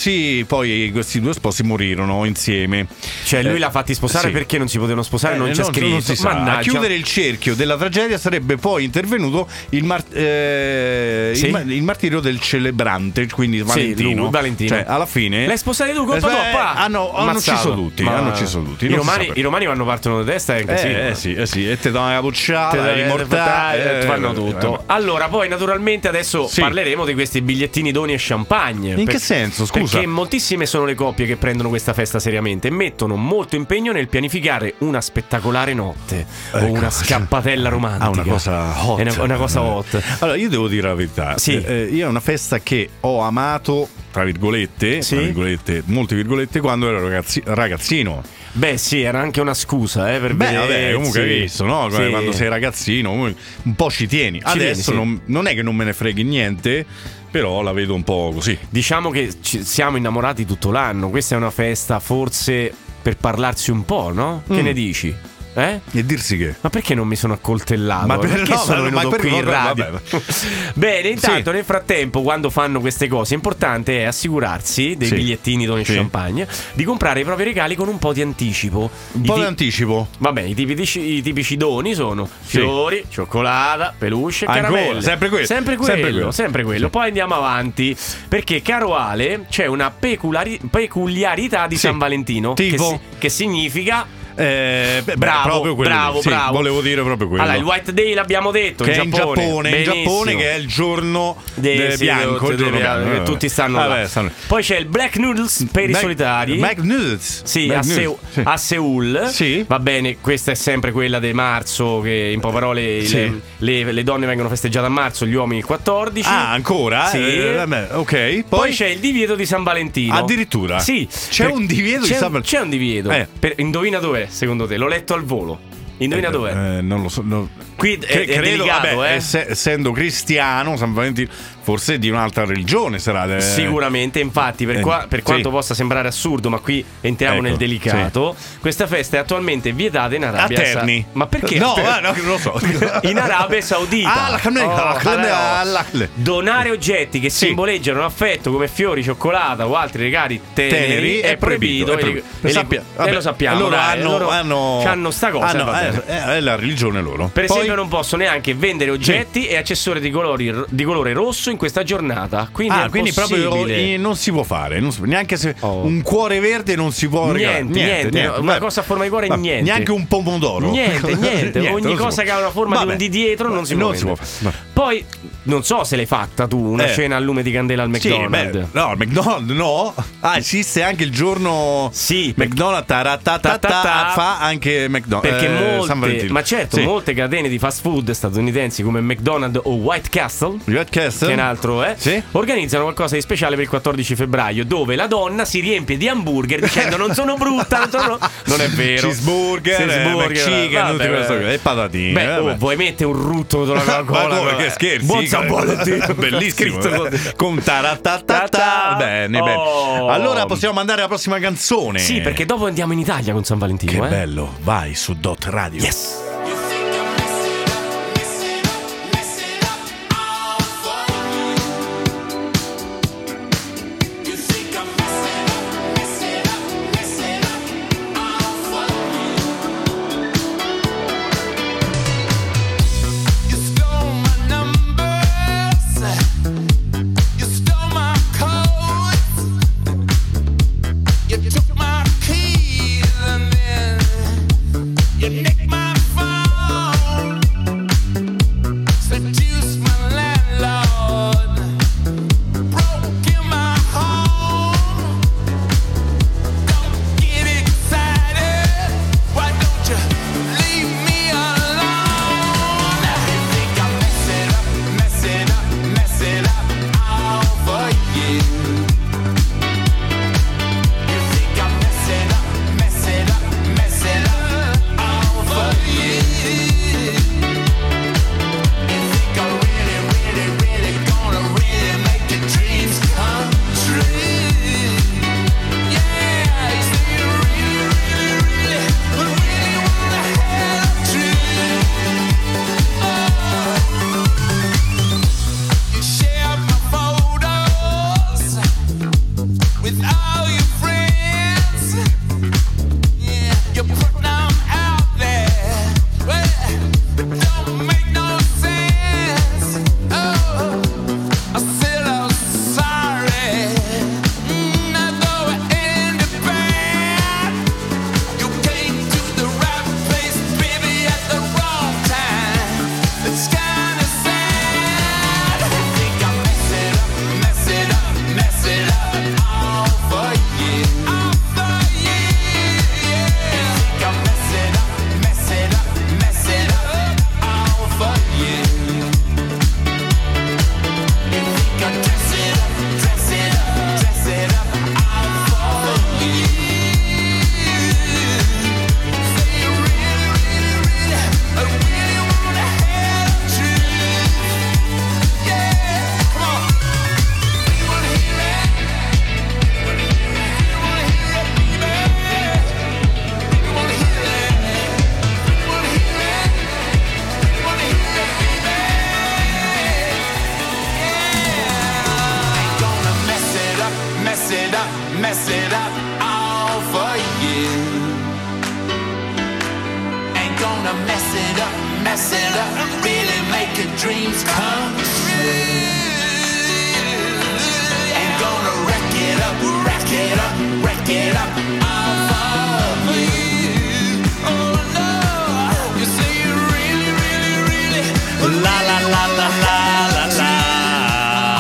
[SPEAKER 2] poi questi due sposi morirono insieme
[SPEAKER 5] Cioè, lui
[SPEAKER 2] eh,
[SPEAKER 5] l'ha fatti sposare
[SPEAKER 2] sì.
[SPEAKER 5] perché non si potevano sposare,
[SPEAKER 2] Eh,
[SPEAKER 5] Cioè, non c'è scritto. Ah,
[SPEAKER 2] si sa.
[SPEAKER 5] Mannaggia.
[SPEAKER 2] A chiudere il cerchio della tragedia sarebbe poi intervenuto il, mar- eh, il
[SPEAKER 5] Sì.
[SPEAKER 2] ma- il martirio del celebrante, quindi Valentino.
[SPEAKER 5] lui, Valentino.
[SPEAKER 2] Cioè, alla fine.
[SPEAKER 5] L'hai sposato tu, colpa
[SPEAKER 2] Eh,
[SPEAKER 5] tua.
[SPEAKER 2] Hanno, hanno ucciso tutti. hanno ucciso tutti.
[SPEAKER 5] I
[SPEAKER 2] non si
[SPEAKER 5] romani,
[SPEAKER 2] sa
[SPEAKER 5] I romani vanno partono da testa. È un
[SPEAKER 2] perché.
[SPEAKER 5] casino.
[SPEAKER 2] eh, eh, sì, eh sì, e te danno la
[SPEAKER 5] Te
[SPEAKER 2] pucciata, i
[SPEAKER 5] dai-
[SPEAKER 2] mortali,
[SPEAKER 5] eh,
[SPEAKER 2] eh,
[SPEAKER 5] fanno
[SPEAKER 2] eh,
[SPEAKER 5] tutto.
[SPEAKER 2] eh,
[SPEAKER 5] Allora, poi naturalmente adesso
[SPEAKER 2] Sì.
[SPEAKER 5] parleremo di questi bigliettini doni e champagne.
[SPEAKER 2] In che senso, scusa?
[SPEAKER 5] Perché moltissime sono le coppie che prendono questa festa seriamente e mettono molto impegno nel pianificare una spettacolare notte o
[SPEAKER 2] Ecco.
[SPEAKER 5] una scappatella romantica.
[SPEAKER 2] Ah, una cosa hot. eh.
[SPEAKER 5] È una, una cosa hot.
[SPEAKER 2] Allora, io devo dire la verità.
[SPEAKER 5] Sì.
[SPEAKER 2] Eh, eh, io è una festa che ho amato, tra virgolette,
[SPEAKER 5] Sì.
[SPEAKER 2] tra virgolette, molte virgolette, quando ero ragazzi- ragazzino.
[SPEAKER 5] Beh, sì, era anche una scusa, eh, per
[SPEAKER 2] Beh,
[SPEAKER 5] vedere-
[SPEAKER 2] vabbè, comunque
[SPEAKER 5] sì.
[SPEAKER 2] hai visto, no?
[SPEAKER 5] Sì.
[SPEAKER 2] Quando sei ragazzino, comunque un po' ci tieni. Adesso
[SPEAKER 5] tieni, sì.
[SPEAKER 2] non, non è che non me ne freghi niente, però la vedo un po' così.
[SPEAKER 5] Diciamo che ci siamo innamorati tutto l'anno. Questa è una festa forse per parlarsi un po', no? Che
[SPEAKER 2] Mm.
[SPEAKER 5] ne dici? Eh?
[SPEAKER 2] E dirsi che.
[SPEAKER 5] Ma perché non mi sono accoltellato?
[SPEAKER 2] Ma per-
[SPEAKER 5] perché
[SPEAKER 2] no,
[SPEAKER 5] sono
[SPEAKER 2] ma-
[SPEAKER 5] venuto
[SPEAKER 2] ma per-
[SPEAKER 5] qui in
[SPEAKER 2] vabbè,
[SPEAKER 5] radio?
[SPEAKER 2] vabbè.
[SPEAKER 5] Bene, intanto
[SPEAKER 2] Sì.
[SPEAKER 5] nel frattempo quando fanno queste cose importante è assicurarsi dei
[SPEAKER 2] Sì.
[SPEAKER 5] bigliettini Don
[SPEAKER 2] Sì.
[SPEAKER 5] Champagne di comprare i propri regali con un po' di anticipo.
[SPEAKER 2] Un
[SPEAKER 5] I
[SPEAKER 2] po'
[SPEAKER 5] ti-
[SPEAKER 2] di anticipo.
[SPEAKER 5] Vabbè, i tipici, i tipici doni sono fiori, cioccolata, peluche e
[SPEAKER 2] Ancora,
[SPEAKER 5] caramelle.
[SPEAKER 2] sempre quello,
[SPEAKER 5] Sempre quello,
[SPEAKER 2] sempre quello.
[SPEAKER 5] sempre quello. Poi andiamo avanti perché caro Ale c'è una peculari- peculiarità di
[SPEAKER 2] Sì.
[SPEAKER 5] San Valentino che
[SPEAKER 2] Tipo?
[SPEAKER 5] si- che significa
[SPEAKER 2] Eh, beh,
[SPEAKER 5] Bravo,
[SPEAKER 2] proprio quello.
[SPEAKER 5] bravo,
[SPEAKER 2] Sì,
[SPEAKER 5] bravo.
[SPEAKER 2] Volevo dire proprio quello.
[SPEAKER 5] Allora, il White Day l'abbiamo detto
[SPEAKER 2] che
[SPEAKER 5] in
[SPEAKER 2] è in Giappone, in
[SPEAKER 5] Benissimo.
[SPEAKER 2] Giappone che è il giorno
[SPEAKER 5] Dei-
[SPEAKER 2] del
[SPEAKER 5] sì,
[SPEAKER 2] bianco,
[SPEAKER 5] del-
[SPEAKER 2] il giorno
[SPEAKER 5] del-
[SPEAKER 2] bianco,
[SPEAKER 5] che
[SPEAKER 2] eh,
[SPEAKER 5] tutti stanno
[SPEAKER 2] vabbè,
[SPEAKER 5] là.
[SPEAKER 2] stanno-
[SPEAKER 5] Poi c'è il Black Noodles per i
[SPEAKER 2] Mac-
[SPEAKER 5] solitari.
[SPEAKER 2] Mac Nudes.
[SPEAKER 5] sì,
[SPEAKER 2] Mac
[SPEAKER 5] a,
[SPEAKER 2] Nudes,
[SPEAKER 5] Seu-
[SPEAKER 2] sì.
[SPEAKER 5] a Seoul.
[SPEAKER 2] Sì.
[SPEAKER 5] Va bene, questa è sempre quella di marzo, che in poche parole
[SPEAKER 2] Sì.
[SPEAKER 5] le, le- le donne vengono festeggiate a marzo, gli uomini il 14.
[SPEAKER 2] Ah, ancora?
[SPEAKER 5] Sì.
[SPEAKER 2] Eh, vabbè, ok. Poi,
[SPEAKER 5] Poi, c'è il divieto di San Valentino.
[SPEAKER 2] Addirittura?
[SPEAKER 5] Sì.
[SPEAKER 2] C'è un divieto di
[SPEAKER 5] c'è
[SPEAKER 2] San
[SPEAKER 5] un-
[SPEAKER 2] Valentino?
[SPEAKER 5] C'è un divieto.
[SPEAKER 2] Eh.
[SPEAKER 5] Per- indovina dov'è, secondo te? L'ho letto al volo. Indovina dov'è?
[SPEAKER 2] Eh, non lo so. no.
[SPEAKER 5] Qui è- è delicato, eh.
[SPEAKER 2] ess- essendo cristiano, San Valentino, forse di un'altra religione sarà. eh.
[SPEAKER 5] Sicuramente, infatti, per,
[SPEAKER 2] eh,
[SPEAKER 5] qua- per
[SPEAKER 2] sì.
[SPEAKER 5] quanto possa sembrare assurdo, ma qui entriamo
[SPEAKER 2] Ecco,
[SPEAKER 5] nel delicato, questa festa è attualmente vietata in
[SPEAKER 2] A
[SPEAKER 5] Arabia Sa-
[SPEAKER 2] Terni.
[SPEAKER 5] Ma perché?
[SPEAKER 2] No, eh, no, non lo so.
[SPEAKER 5] In Arabia Saudita
[SPEAKER 2] Ecco.
[SPEAKER 5] Oh,
[SPEAKER 2] Ah, la Khamenei, la Khamenei,
[SPEAKER 5] allora,
[SPEAKER 2] la Khamenei.
[SPEAKER 5] Donare oggetti che
[SPEAKER 2] Sì.
[SPEAKER 5] simboleggiano affetto come fiori, cioccolata o altri regali teneri,
[SPEAKER 2] Teneri
[SPEAKER 5] è proibito,
[SPEAKER 2] è
[SPEAKER 5] e li-
[SPEAKER 2] proibito.
[SPEAKER 5] e li-
[SPEAKER 2] Sappia-
[SPEAKER 5] eh,
[SPEAKER 2] vabbè,
[SPEAKER 5] lo sappiamo
[SPEAKER 2] Loro
[SPEAKER 5] dai,
[SPEAKER 2] hanno,
[SPEAKER 5] loro
[SPEAKER 2] hanno,
[SPEAKER 5] c'hanno sta cosa
[SPEAKER 2] hanno-
[SPEAKER 5] eh, va bene.
[SPEAKER 2] eh, eh, è la religione loro. Poi-
[SPEAKER 5] Per esempio non possono neanche vendere oggetti e accessori di, colori- di colore rosso in questa giornata Quindi
[SPEAKER 2] Ah,
[SPEAKER 5] è
[SPEAKER 2] quindi proprio
[SPEAKER 5] impossibile.
[SPEAKER 2] eh, non si può fare, non si- neanche se
[SPEAKER 5] Oh.
[SPEAKER 2] un cuore verde non si può regalare.
[SPEAKER 5] Niente, niente, una
[SPEAKER 2] vabbè.
[SPEAKER 5] cosa a forma di cuore,
[SPEAKER 2] Vabbè,
[SPEAKER 5] niente.
[SPEAKER 2] Neanche un pomodoro.
[SPEAKER 5] Niente, niente.
[SPEAKER 2] non
[SPEAKER 5] Ogni
[SPEAKER 2] si
[SPEAKER 5] cosa
[SPEAKER 2] può. Eh,
[SPEAKER 5] che ha una forma di un di dietro non si può
[SPEAKER 2] Non si può
[SPEAKER 5] vendere.
[SPEAKER 2] fare.
[SPEAKER 5] Poi non so se l'hai fatta tu una
[SPEAKER 2] Eh.
[SPEAKER 5] cena al lume di candela al
[SPEAKER 2] Sì,
[SPEAKER 5] McDonald's.
[SPEAKER 2] beh, no, al McDonald's no. Ah, esiste anche il giorno
[SPEAKER 5] Sì,
[SPEAKER 2] McDonald's taratatata,
[SPEAKER 5] Ta-ta-ta.
[SPEAKER 2] fa anche McDonald's.
[SPEAKER 5] Perché
[SPEAKER 2] eh, San
[SPEAKER 5] molte,
[SPEAKER 2] Valentino.
[SPEAKER 5] ma certo,
[SPEAKER 2] Sì.
[SPEAKER 5] molte catene di fast food statunitensi come McDonald's o White Castle
[SPEAKER 2] Red Castle?
[SPEAKER 5] che è un altro, eh?
[SPEAKER 2] Sì.
[SPEAKER 5] Organizzano qualcosa di speciale per il 14 febbraio, dove la donna si riempie di hamburger dicendo non sono brutta, non, sono... non è vero.
[SPEAKER 2] Cheeseburger, eh, McChicken,
[SPEAKER 5] vabbè,
[SPEAKER 2] tutte queste cose. E patatine,
[SPEAKER 5] Beh,
[SPEAKER 2] eh,
[SPEAKER 5] oh,
[SPEAKER 2] vabbè.
[SPEAKER 5] vuoi mettere un rutto con la
[SPEAKER 2] Ma
[SPEAKER 5] Coca-Cola?
[SPEAKER 2] come, che scherzi?
[SPEAKER 5] Buon San Valentino.
[SPEAKER 2] Bellissimo. eh.
[SPEAKER 5] Scritto con-
[SPEAKER 2] Con taratatata.
[SPEAKER 5] eh. Ta-ta.
[SPEAKER 2] Bene,
[SPEAKER 5] Oh.
[SPEAKER 2] bene. Allora possiamo mandare la prossima canzone.
[SPEAKER 5] Sì, perché dopo andiamo in Italia con San Valentino,
[SPEAKER 2] Eh. Che
[SPEAKER 5] eh?
[SPEAKER 2] bello. Vai su Dot Radio.
[SPEAKER 5] Yes.
[SPEAKER 6] Oh,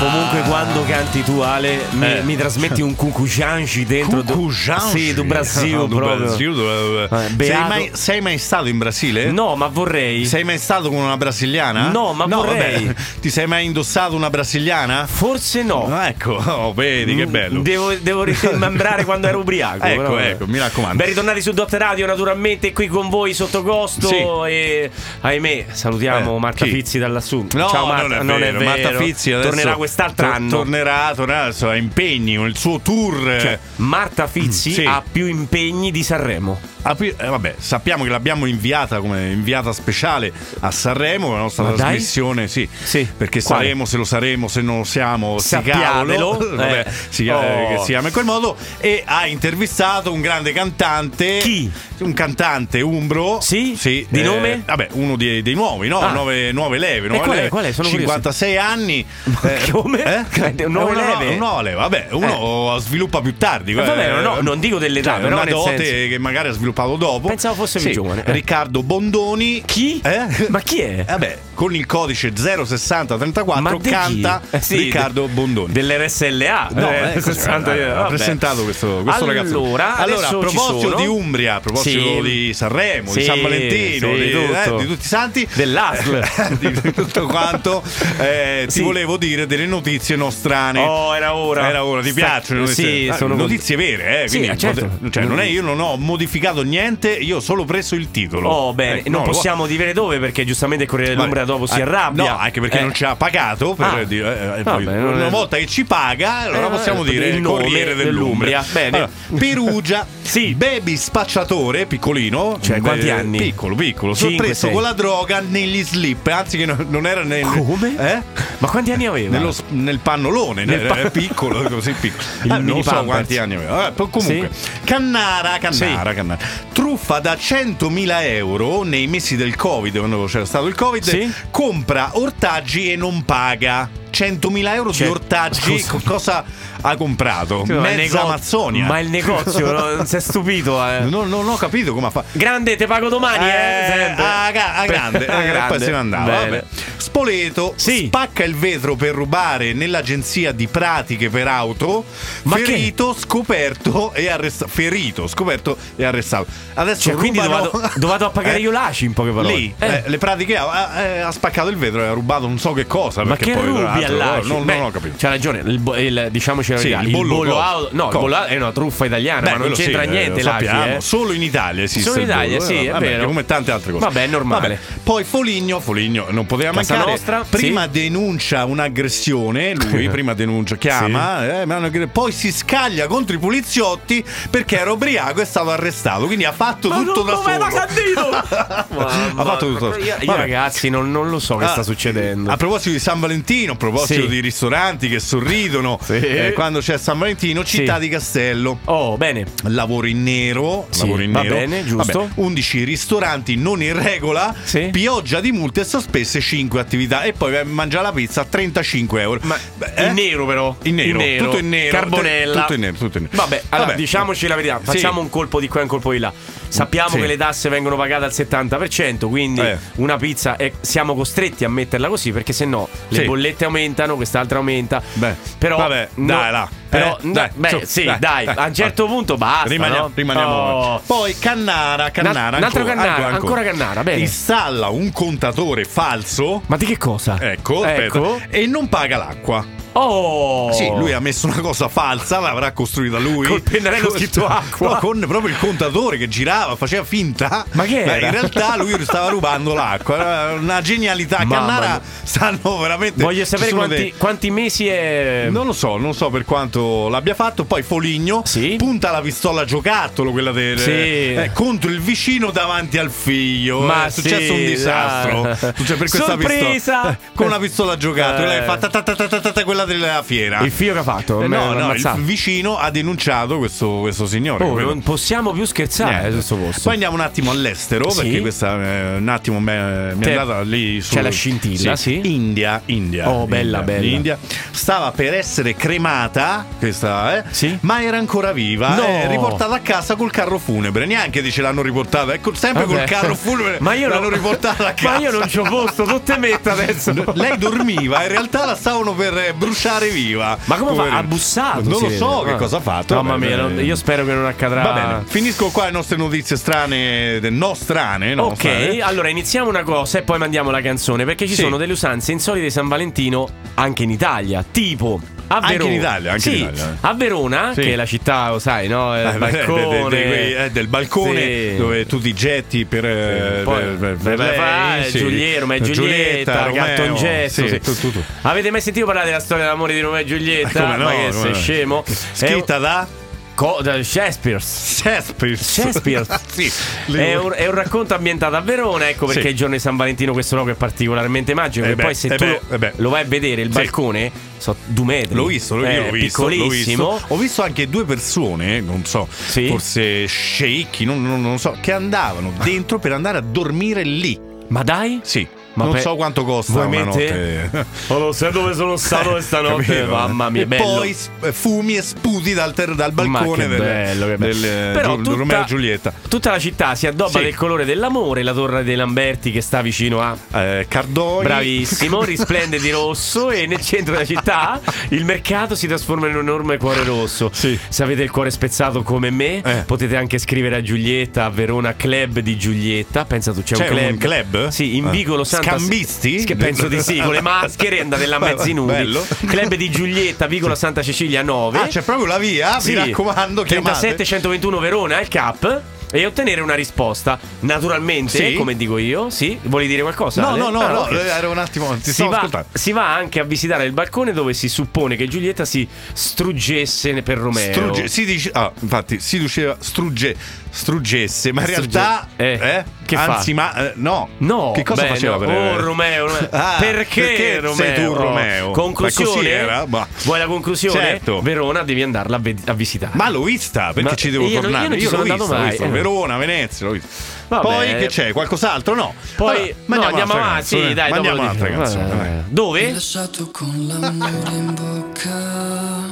[SPEAKER 6] Mm,
[SPEAKER 5] Comunque quando canti tu Ale mi,
[SPEAKER 2] Ah. Eh.
[SPEAKER 5] mi trasmetti un cucucianci dentro do-
[SPEAKER 2] Cucujanchi.
[SPEAKER 5] Sì, do Brasile
[SPEAKER 2] No, Ah, do
[SPEAKER 5] proprio.
[SPEAKER 2] Brasile, do-
[SPEAKER 5] Eh,
[SPEAKER 2] sei,
[SPEAKER 5] beato.
[SPEAKER 2] mai, sei mai stato in Brasile?
[SPEAKER 5] No, ma vorrei
[SPEAKER 2] Sei mai stato con una brasiliana?
[SPEAKER 5] No, ma vorrei.
[SPEAKER 2] Ti sei mai indossato una brasiliana?
[SPEAKER 5] Forse no.
[SPEAKER 2] Ah, Ecco, oh, vedi che
[SPEAKER 5] Mm,
[SPEAKER 2] bello.
[SPEAKER 5] Devo, devo rimembrare quando ero ubriaco.
[SPEAKER 2] Ecco,
[SPEAKER 5] però-
[SPEAKER 2] ecco, mi raccomando.
[SPEAKER 5] Ben ritornati su Dot Radio, naturalmente, qui con voi sotto costo.
[SPEAKER 2] Sì.
[SPEAKER 5] E ahimè, salutiamo
[SPEAKER 2] Eh,
[SPEAKER 5] Marta
[SPEAKER 2] chi?
[SPEAKER 5] Fizzi dall'assù.
[SPEAKER 2] No,
[SPEAKER 5] Ciao Marta,
[SPEAKER 2] non è vero. Marta
[SPEAKER 5] vero.
[SPEAKER 2] Fizzi adesso
[SPEAKER 5] tornerà quest'altro
[SPEAKER 2] to-
[SPEAKER 5] anno.
[SPEAKER 2] Tornerà, tornerà adesso a impegni con il suo tour.
[SPEAKER 5] Cioè, Marta Fizzi
[SPEAKER 2] Mm, eh. sì.
[SPEAKER 5] ha più impegni di Sanremo.
[SPEAKER 2] Ah, poi- eh, vabbè, sappiamo che l'abbiamo inviata come inviata speciale a Sanremo, la nostra
[SPEAKER 5] Ma dai?
[SPEAKER 2] trasmissione, sì,
[SPEAKER 5] Sì.
[SPEAKER 2] perché
[SPEAKER 5] Quale?
[SPEAKER 2] saremo, se lo saremo, se non lo siamo, si
[SPEAKER 5] Sappiatelo.
[SPEAKER 2] cavolo. Vabbè,
[SPEAKER 5] Eh.
[SPEAKER 2] si, eh,
[SPEAKER 5] Oh.
[SPEAKER 2] che si chiama in quel modo, e ha intervistato un grande cantante.
[SPEAKER 5] Chi?
[SPEAKER 2] Un cantante umbro. eh,
[SPEAKER 5] Sì? Di nome?
[SPEAKER 2] Vabbè, uno dei, dei nuovi, no?
[SPEAKER 5] Ah.
[SPEAKER 2] Nuove, nuove leve, nuove
[SPEAKER 5] qual è?
[SPEAKER 2] leve.
[SPEAKER 5] Qual è? Sono curioso.
[SPEAKER 2] 56 anni. Eh,
[SPEAKER 5] Come?
[SPEAKER 2] eh?
[SPEAKER 5] Eh, non nuove
[SPEAKER 2] È una nuova-
[SPEAKER 5] leve.
[SPEAKER 2] una nuova leva. Vabbè, uno sviluppa più tardi.
[SPEAKER 5] Eh, vabbè,
[SPEAKER 2] eh,
[SPEAKER 5] no, non dico dell'età,
[SPEAKER 2] cioè,
[SPEAKER 5] però
[SPEAKER 2] una
[SPEAKER 5] nel
[SPEAKER 2] dote
[SPEAKER 5] senso-
[SPEAKER 2] che magari ha sviluppato dopo.
[SPEAKER 5] Pensavo fosse più giovane, eh.
[SPEAKER 2] Riccardo Bondoni.
[SPEAKER 5] Chi?
[SPEAKER 2] Eh?
[SPEAKER 5] Ma chi è?
[SPEAKER 2] Vabbè, con il codice 06034
[SPEAKER 5] di chi?
[SPEAKER 2] canta
[SPEAKER 5] Eh, sì,
[SPEAKER 2] Riccardo
[SPEAKER 5] de-
[SPEAKER 2] Bondoni.
[SPEAKER 5] Dell'RSLA.
[SPEAKER 2] No,
[SPEAKER 5] eh,
[SPEAKER 2] eh,
[SPEAKER 5] 60,
[SPEAKER 2] ha- ha
[SPEAKER 5] vabbè.
[SPEAKER 2] presentato questo, questo
[SPEAKER 5] allora,
[SPEAKER 2] ragazzo. allora, a
[SPEAKER 5] adesso ci
[SPEAKER 2] proposito
[SPEAKER 5] sono-
[SPEAKER 2] di Umbria, a proposito
[SPEAKER 5] Sì.
[SPEAKER 2] di Sanremo, di
[SPEAKER 5] Sì,
[SPEAKER 2] San Valentino,
[SPEAKER 5] sì,
[SPEAKER 2] di, eh,
[SPEAKER 5] tutto.
[SPEAKER 2] di tutti i santi,
[SPEAKER 5] Dell'ASL.
[SPEAKER 2] di tutto quanto, eh,
[SPEAKER 5] Sì.
[SPEAKER 2] ti volevo dire delle notizie nostrane.
[SPEAKER 5] Oh, era ora.
[SPEAKER 2] Era ora, ti
[SPEAKER 5] Sta-
[SPEAKER 2] piacciono le notizie?
[SPEAKER 5] Sì,
[SPEAKER 2] Ah,
[SPEAKER 5] sono
[SPEAKER 2] notizie vere, eh,
[SPEAKER 5] Sì,
[SPEAKER 2] quindi
[SPEAKER 5] ah, certo.
[SPEAKER 2] pote- cioè, non è, io non ho modificato niente, io ho solo preso il titolo.
[SPEAKER 5] Oh, bene,
[SPEAKER 2] Ecco,
[SPEAKER 5] non
[SPEAKER 2] no, lo-
[SPEAKER 5] possiamo dire dove perché giustamente il Corriere dell'Umbria dopo si
[SPEAKER 2] eh,
[SPEAKER 5] arrabbia.
[SPEAKER 2] No, anche perché
[SPEAKER 5] Eh,
[SPEAKER 2] non ci ha pagato. per
[SPEAKER 5] Ah.
[SPEAKER 2] dire, eh, eh, poi
[SPEAKER 5] Vabbè, non
[SPEAKER 2] una
[SPEAKER 5] è-
[SPEAKER 2] volta che ci paga, allora
[SPEAKER 5] Eh,
[SPEAKER 2] possiamo
[SPEAKER 5] eh,
[SPEAKER 2] dire
[SPEAKER 5] il
[SPEAKER 2] il
[SPEAKER 5] nome
[SPEAKER 2] Corriere
[SPEAKER 5] dell'Umbria.
[SPEAKER 2] dell'Umbria.
[SPEAKER 5] Bene.
[SPEAKER 2] Allora, Perugia,
[SPEAKER 5] Sì.
[SPEAKER 2] baby spacciatore, piccolino.
[SPEAKER 5] Cioè,
[SPEAKER 2] beh,
[SPEAKER 5] quanti anni?
[SPEAKER 2] Piccolo, piccolo.
[SPEAKER 5] Cinque,
[SPEAKER 2] sorpreso
[SPEAKER 5] sei.
[SPEAKER 2] con la droga negli slip. Anzi, che no- non era nel.
[SPEAKER 5] Come?
[SPEAKER 2] Eh?
[SPEAKER 5] Ma quanti anni aveva?
[SPEAKER 2] Nello sp- nel pannolone,
[SPEAKER 5] Nel
[SPEAKER 2] nel
[SPEAKER 5] pa-
[SPEAKER 2] piccolo, così piccolo.
[SPEAKER 5] Il
[SPEAKER 2] Ah, non
[SPEAKER 5] mini
[SPEAKER 2] so
[SPEAKER 5] Pampers.
[SPEAKER 2] quanti anni aveva. Vabbè, poi comunque, Cannara, Cannara, Cannara. Truffa da 100.000 euro nei mesi del Covid, quando c'era stato il Covid,
[SPEAKER 5] Sì.
[SPEAKER 2] compra ortaggi e non paga. 100.000 euro
[SPEAKER 5] Cioè,
[SPEAKER 2] di ortaggi,
[SPEAKER 5] scusa.
[SPEAKER 2] co- cosa ha comprato?
[SPEAKER 5] Ma il
[SPEAKER 2] Mezza
[SPEAKER 5] nego-
[SPEAKER 2] Amazzonia.
[SPEAKER 5] Ma il negozio no? non si è stupito. eh.
[SPEAKER 2] No, non ho capito come ha fatto.
[SPEAKER 5] Grande, te pago domani, eh. sempre.
[SPEAKER 2] A, Ah, ga- a grande,
[SPEAKER 5] A
[SPEAKER 2] eh,
[SPEAKER 5] grande.
[SPEAKER 2] poi se ne andava.
[SPEAKER 5] Bene.
[SPEAKER 2] vabbè. Spoleto
[SPEAKER 5] Sì.
[SPEAKER 2] spacca il vetro per rubare nell'agenzia di pratiche per auto.
[SPEAKER 5] Ma che?
[SPEAKER 2] ferito, scoperto e arrestato. Ferito, scoperto e arrestato. Adesso
[SPEAKER 5] Cioè, quindi
[SPEAKER 2] rubano-
[SPEAKER 5] dovado, dovado a pagare
[SPEAKER 2] Eh,
[SPEAKER 5] io l'ACI in poche parole.
[SPEAKER 2] Lì,
[SPEAKER 5] Eh.
[SPEAKER 2] eh, le pratiche ha, eh, ha spaccato il vetro e ha rubato non so che cosa.
[SPEAKER 5] Ma
[SPEAKER 2] perché
[SPEAKER 5] che
[SPEAKER 2] poi, tra
[SPEAKER 5] rubi
[SPEAKER 2] l'altro,
[SPEAKER 5] all'ACI?
[SPEAKER 2] Non,
[SPEAKER 5] Beh,
[SPEAKER 2] non ho capito.
[SPEAKER 5] C'ha ragione, il, bo- il, diciamoci la
[SPEAKER 2] Sì,
[SPEAKER 5] verità,
[SPEAKER 2] il bollo cosa?
[SPEAKER 5] auto- no, il
[SPEAKER 2] Cosa?
[SPEAKER 5] bollo auto è una truffa italiana,
[SPEAKER 2] Beh,
[SPEAKER 5] ma non
[SPEAKER 2] quello sì,
[SPEAKER 5] c'entra
[SPEAKER 2] eh,
[SPEAKER 5] niente
[SPEAKER 2] lo
[SPEAKER 5] l'ACI,
[SPEAKER 2] sappiamo.
[SPEAKER 5] eh.
[SPEAKER 2] Solo in Italia esiste
[SPEAKER 5] Solo in
[SPEAKER 2] il bollo,
[SPEAKER 5] Italia,
[SPEAKER 2] eh,
[SPEAKER 5] sì, è
[SPEAKER 2] vabbè,
[SPEAKER 5] vero.
[SPEAKER 2] Come tante altre cose.
[SPEAKER 5] Vabbè, è normale.
[SPEAKER 2] Poi Foligno, Foligno non poteva
[SPEAKER 5] Casa
[SPEAKER 2] mancare.
[SPEAKER 5] nostra,
[SPEAKER 2] prima denuncia un'aggressione, lui prima denuncia, chiama, eh, ma hanno aggre- poi si scaglia contro i poliziotti perché era ubriaco e è stato arrestato, quindi ha fatto
[SPEAKER 5] Ma
[SPEAKER 2] tutto
[SPEAKER 5] non
[SPEAKER 2] da
[SPEAKER 5] doveva
[SPEAKER 2] solo.
[SPEAKER 5] Candino!
[SPEAKER 2] ha fatto tutto. da solo.
[SPEAKER 5] Io, io
[SPEAKER 2] Vabbè.
[SPEAKER 5] ragazzi non, non lo so che
[SPEAKER 2] Ah,
[SPEAKER 5] sta succedendo.
[SPEAKER 2] A proposito di San Valentino, a proposito
[SPEAKER 5] Sì.
[SPEAKER 2] di ristoranti che sorridono
[SPEAKER 5] Sì.
[SPEAKER 2] eh, quando c'è San Valentino, Città
[SPEAKER 5] Sì.
[SPEAKER 2] di Castello.
[SPEAKER 5] Oh, bene.
[SPEAKER 2] Lavoro in nero,
[SPEAKER 5] Sì,
[SPEAKER 2] lavoro in
[SPEAKER 5] va
[SPEAKER 2] nero.
[SPEAKER 5] bene, giusto.
[SPEAKER 2] 11 ristoranti non in regola,
[SPEAKER 5] Sì.
[SPEAKER 2] pioggia di multe sospese 5 attività e poi vai a mangiare la pizza a 35 euro.
[SPEAKER 5] Ma
[SPEAKER 2] Beh, eh?
[SPEAKER 5] in nero però.
[SPEAKER 2] In nero, tutto in nero.
[SPEAKER 5] Carbonella.
[SPEAKER 2] Tutto in nero, tutto in nero.
[SPEAKER 5] Vabbè, allora
[SPEAKER 2] Vabbè.
[SPEAKER 5] diciamoci la verità,
[SPEAKER 2] Sì.
[SPEAKER 5] facciamo un colpo di qua e un colpo di là. Sappiamo
[SPEAKER 2] Sì.
[SPEAKER 5] che le tasse vengono pagate al 70%, quindi
[SPEAKER 2] Eh.
[SPEAKER 5] una pizza è- siamo costretti a metterla così perché se no le
[SPEAKER 2] Sì.
[SPEAKER 5] bollette aumentano, quest'altra aumenta.
[SPEAKER 2] Beh,
[SPEAKER 5] però
[SPEAKER 2] vabbè, dai, là.
[SPEAKER 5] Però
[SPEAKER 2] Eh,
[SPEAKER 5] no,
[SPEAKER 2] dai,
[SPEAKER 5] beh,
[SPEAKER 2] su,
[SPEAKER 5] sì,
[SPEAKER 2] dai,
[SPEAKER 5] dai,
[SPEAKER 2] dai.
[SPEAKER 5] a un certo punto basta,
[SPEAKER 2] Rimaniamo,
[SPEAKER 5] no?
[SPEAKER 2] rimaniamo.
[SPEAKER 5] Oh.
[SPEAKER 2] Poi Cannara, Cannara,
[SPEAKER 5] un altro
[SPEAKER 2] ancora,
[SPEAKER 5] Cannara, ancora Cannara, bene.
[SPEAKER 2] Installa un contatore falso.
[SPEAKER 5] Ma di che cosa?
[SPEAKER 2] Ecco, aspetta,
[SPEAKER 5] Ecco.
[SPEAKER 2] e non paga l'acqua.
[SPEAKER 5] Oh!
[SPEAKER 2] Sì, lui ha messo una cosa falsa, l'avrà costruita lui.
[SPEAKER 5] Col pennarello
[SPEAKER 2] Con-
[SPEAKER 5] scritto acqua.
[SPEAKER 2] No, con proprio il contatore che girava, faceva finta.
[SPEAKER 5] Ma che era?
[SPEAKER 2] in realtà lui stava rubando l'acqua. Era Una genialità.
[SPEAKER 5] Mamma
[SPEAKER 2] Cannara
[SPEAKER 5] mia.
[SPEAKER 2] stanno veramente.
[SPEAKER 5] Voglio
[SPEAKER 2] ci
[SPEAKER 5] sapere
[SPEAKER 2] sono
[SPEAKER 5] quanti,
[SPEAKER 2] dei-
[SPEAKER 5] quanti mesi è
[SPEAKER 2] Non lo so, non so per quanto l'abbia fatto. Poi Foligno
[SPEAKER 5] Sì.
[SPEAKER 2] punta la pistola giocattolo, quella del
[SPEAKER 5] Sì.
[SPEAKER 2] eh, contro il vicino davanti al figlio.
[SPEAKER 5] Ma
[SPEAKER 2] Eh, è successo
[SPEAKER 5] sì,
[SPEAKER 2] un disastro.
[SPEAKER 5] dai.
[SPEAKER 2] Succe- per questa
[SPEAKER 5] Sorpresa!
[SPEAKER 2] pistola- eh, con una pistola giocattolo,
[SPEAKER 5] Eh.
[SPEAKER 2] e lei fa ta ta ta ta ta ta ta, quella della fiera.
[SPEAKER 5] il figlio che ha fatto?
[SPEAKER 2] Eh,
[SPEAKER 5] Me
[SPEAKER 2] no,
[SPEAKER 5] l'hanno
[SPEAKER 2] no, il
[SPEAKER 5] ammazzato.
[SPEAKER 2] vicino ha denunciato questo, questo signore.
[SPEAKER 5] Oh,
[SPEAKER 2] capito?
[SPEAKER 5] non possiamo più scherzare
[SPEAKER 2] Niente.
[SPEAKER 5] su questo posto.
[SPEAKER 2] Poi andiamo un attimo all'estero
[SPEAKER 5] Sì.
[SPEAKER 2] perché questa eh, un attimo me- mi è
[SPEAKER 5] Te-
[SPEAKER 2] andata lì su
[SPEAKER 5] c'è la scintilla, sì.
[SPEAKER 2] India, India.
[SPEAKER 5] Oh, bella,
[SPEAKER 2] India,
[SPEAKER 5] bella.
[SPEAKER 2] India. Stava per essere cremata, questa, eh,
[SPEAKER 5] Sì.
[SPEAKER 2] ma era ancora viva.
[SPEAKER 5] No.
[SPEAKER 2] eh, riportata a casa col carro funebre. Neanche dice l'hanno riportata, è col- sempre
[SPEAKER 5] Vabbè.
[SPEAKER 2] col carro funebre.
[SPEAKER 5] Ma io
[SPEAKER 2] l'hanno
[SPEAKER 5] non-
[SPEAKER 2] riportata a casa.
[SPEAKER 5] Ma io non ci ho posto, non te metta adesso.
[SPEAKER 2] Lei dormiva, in realtà la stavano per eh, bruciare viva.
[SPEAKER 5] Ma come fa?
[SPEAKER 2] Poverina.
[SPEAKER 5] Ha bussato.
[SPEAKER 2] Non
[SPEAKER 5] si
[SPEAKER 2] lo
[SPEAKER 5] vede.
[SPEAKER 2] so che
[SPEAKER 5] Ah.
[SPEAKER 2] cosa ha fatto.
[SPEAKER 5] Mamma
[SPEAKER 2] Vabbè,
[SPEAKER 5] mia, non-
[SPEAKER 2] eh,
[SPEAKER 5] io spero che non accadrà.
[SPEAKER 2] Va bene, finisco qua le nostre notizie strane, de- no strane, no? eh.
[SPEAKER 5] ok, ah,
[SPEAKER 2] strane.
[SPEAKER 5] allora iniziamo una cosa e poi mandiamo la canzone perché ci
[SPEAKER 2] Sì.
[SPEAKER 5] sono delle usanze insolite di San Valentino anche in Italia, tipo a
[SPEAKER 2] Anche in
[SPEAKER 5] Verona.
[SPEAKER 2] Italia, anche in
[SPEAKER 5] Sì,
[SPEAKER 2] Italia. eh.
[SPEAKER 5] a Verona,
[SPEAKER 2] Sì.
[SPEAKER 5] che è la città, lo sai, no?
[SPEAKER 2] Eh,
[SPEAKER 5] Il
[SPEAKER 2] beh,
[SPEAKER 5] balcone.
[SPEAKER 2] de- de- quei- eh, del balcone
[SPEAKER 5] Sì.
[SPEAKER 2] dove tu ti getti per, eh,
[SPEAKER 5] Poi,
[SPEAKER 2] per- per- per
[SPEAKER 5] per-
[SPEAKER 2] lei,
[SPEAKER 5] eh,
[SPEAKER 2] sì.
[SPEAKER 5] Giuliero, ma è Giulietta,
[SPEAKER 2] Romeo,
[SPEAKER 5] Gattongesso,
[SPEAKER 2] sì,
[SPEAKER 5] sì.
[SPEAKER 2] tu- tu-
[SPEAKER 5] Avete mai sentito parlare della storia dell'amore di Romeo e
[SPEAKER 2] Eh,
[SPEAKER 5] Giulietta?
[SPEAKER 2] come no,
[SPEAKER 5] ma che
[SPEAKER 2] come
[SPEAKER 5] sei
[SPEAKER 2] no.
[SPEAKER 5] scemo?
[SPEAKER 2] Scritta da
[SPEAKER 5] È un- co- da Shakespeare.
[SPEAKER 2] Shakespeare.
[SPEAKER 5] Shakespeare.
[SPEAKER 2] sì,
[SPEAKER 5] È un, è un racconto ambientato a Verona, ecco perché
[SPEAKER 2] Sì.
[SPEAKER 5] il giorno di San Valentino questo luogo è particolarmente magico.
[SPEAKER 2] Eh
[SPEAKER 5] E
[SPEAKER 2] beh,
[SPEAKER 5] poi se
[SPEAKER 2] eh
[SPEAKER 5] tu
[SPEAKER 2] beh, eh beh.
[SPEAKER 5] lo vai a vedere, il
[SPEAKER 2] Sì.
[SPEAKER 5] balcone, so, due metri.
[SPEAKER 2] L'ho visto, l'ho, io
[SPEAKER 5] Eh,
[SPEAKER 2] l'ho visto, l'ho
[SPEAKER 5] piccolissimo.
[SPEAKER 2] visto. Ho visto anche due persone, non so,
[SPEAKER 5] Sì. Ah.
[SPEAKER 2] forse sceicchi, non, non- non so, che andavano dentro per andare a dormire lì.
[SPEAKER 5] Ma dai,
[SPEAKER 2] Sì.
[SPEAKER 5] Ma
[SPEAKER 2] non
[SPEAKER 5] per-
[SPEAKER 2] so quanto costa
[SPEAKER 5] Vuoi
[SPEAKER 2] una
[SPEAKER 5] mettere?
[SPEAKER 2] notte. Eh,
[SPEAKER 5] Oh, lo sai dove sono stato questa notte?
[SPEAKER 2] Capito?
[SPEAKER 5] Eh, Mamma mia,
[SPEAKER 2] e
[SPEAKER 5] bello.
[SPEAKER 2] poi sp- fumi e sputi dal, ter- dal
[SPEAKER 5] Ma
[SPEAKER 2] balcone
[SPEAKER 5] che
[SPEAKER 2] del,
[SPEAKER 5] bello, che bello.
[SPEAKER 2] del, eh, Giul-
[SPEAKER 5] tutta-
[SPEAKER 2] Romeo e Giulietta.
[SPEAKER 5] Tutta la città si addobba
[SPEAKER 2] Sì.
[SPEAKER 5] del colore dell'amore, la torre dei Lamberti che sta vicino a
[SPEAKER 2] Eh, Cardoni.
[SPEAKER 5] Bravissimo, risplende di rosso e nel centro della città il mercato si trasforma in un enorme cuore rosso.
[SPEAKER 2] Sì.
[SPEAKER 5] Se avete il cuore spezzato come me,
[SPEAKER 2] Eh.
[SPEAKER 5] potete anche scrivere a Giulietta, a Verona Club di Giulietta. Pensa tu, c'è,
[SPEAKER 2] C'è
[SPEAKER 5] un club.
[SPEAKER 2] un club?
[SPEAKER 5] Sì, in
[SPEAKER 2] Ah.
[SPEAKER 5] vicolo Santa
[SPEAKER 2] Scambisti?
[SPEAKER 5] Che penso di sì, con le maschere andate là
[SPEAKER 2] Beh,
[SPEAKER 5] mezzi nudi.
[SPEAKER 2] bello.
[SPEAKER 5] Club di Giulietta, vicolo Santa Cecilia 9.
[SPEAKER 2] Ah, c'è proprio la via,
[SPEAKER 5] Sì,
[SPEAKER 2] mi raccomando, chiamate.
[SPEAKER 5] 37-121 Verona, il CAP. E ottenere una risposta. Naturalmente,
[SPEAKER 2] Sì.
[SPEAKER 5] come dico io, sì. Vuoi dire qualcosa?
[SPEAKER 2] No,
[SPEAKER 5] Ale?
[SPEAKER 2] no, no,
[SPEAKER 5] Ah,
[SPEAKER 2] no, eh,
[SPEAKER 5] ok.
[SPEAKER 2] era un attimo, ti
[SPEAKER 5] Si
[SPEAKER 2] stavo
[SPEAKER 5] va,
[SPEAKER 2] ascoltando.
[SPEAKER 5] si va anche a visitare il balcone dove si suppone che Giulietta si struggesse per Romeo.
[SPEAKER 2] Strugge- si dice, ah, infatti, si diceva strugge, struggesse, ma in realtà,
[SPEAKER 5] Strugge- eh, che fa?
[SPEAKER 2] anzi, ma eh, no,
[SPEAKER 5] No,
[SPEAKER 2] che cosa
[SPEAKER 5] beh,
[SPEAKER 2] faceva
[SPEAKER 5] no.
[SPEAKER 2] per
[SPEAKER 5] Oh, Romeo, Romeo.
[SPEAKER 2] Ah,
[SPEAKER 5] perché, Romeo?
[SPEAKER 2] sei tu Romeo? Ma così
[SPEAKER 5] Conclusione?
[SPEAKER 2] era? Ma-
[SPEAKER 5] Vuoi la conclusione?
[SPEAKER 2] Certo.
[SPEAKER 5] Verona devi andarla a, ve- a visitare.
[SPEAKER 2] Ma l'ho vista, perché
[SPEAKER 5] Ma
[SPEAKER 2] ci devo
[SPEAKER 5] io non-
[SPEAKER 2] tornare?
[SPEAKER 5] io non ci
[SPEAKER 2] l'ho
[SPEAKER 5] sono
[SPEAKER 2] vista,
[SPEAKER 5] andato
[SPEAKER 2] l'ho
[SPEAKER 5] mai.
[SPEAKER 2] vista.
[SPEAKER 5] Eh.
[SPEAKER 2] Verona, Venezia, l'ho vista.
[SPEAKER 5] Vabbè.
[SPEAKER 2] Poi che c'è? Qualcos'altro? No.
[SPEAKER 5] Poi
[SPEAKER 2] ma
[SPEAKER 5] no,
[SPEAKER 2] andiamo,
[SPEAKER 5] andiamo
[SPEAKER 2] un'altra
[SPEAKER 5] avanti,
[SPEAKER 2] canzone.
[SPEAKER 5] sì, dai,
[SPEAKER 2] Ma
[SPEAKER 5] dopo
[SPEAKER 2] andiamo
[SPEAKER 5] lo
[SPEAKER 2] un'altra
[SPEAKER 5] dico.
[SPEAKER 2] canzone. dai.
[SPEAKER 5] Eh, Dove?
[SPEAKER 7] lasciato con l'amore in bocca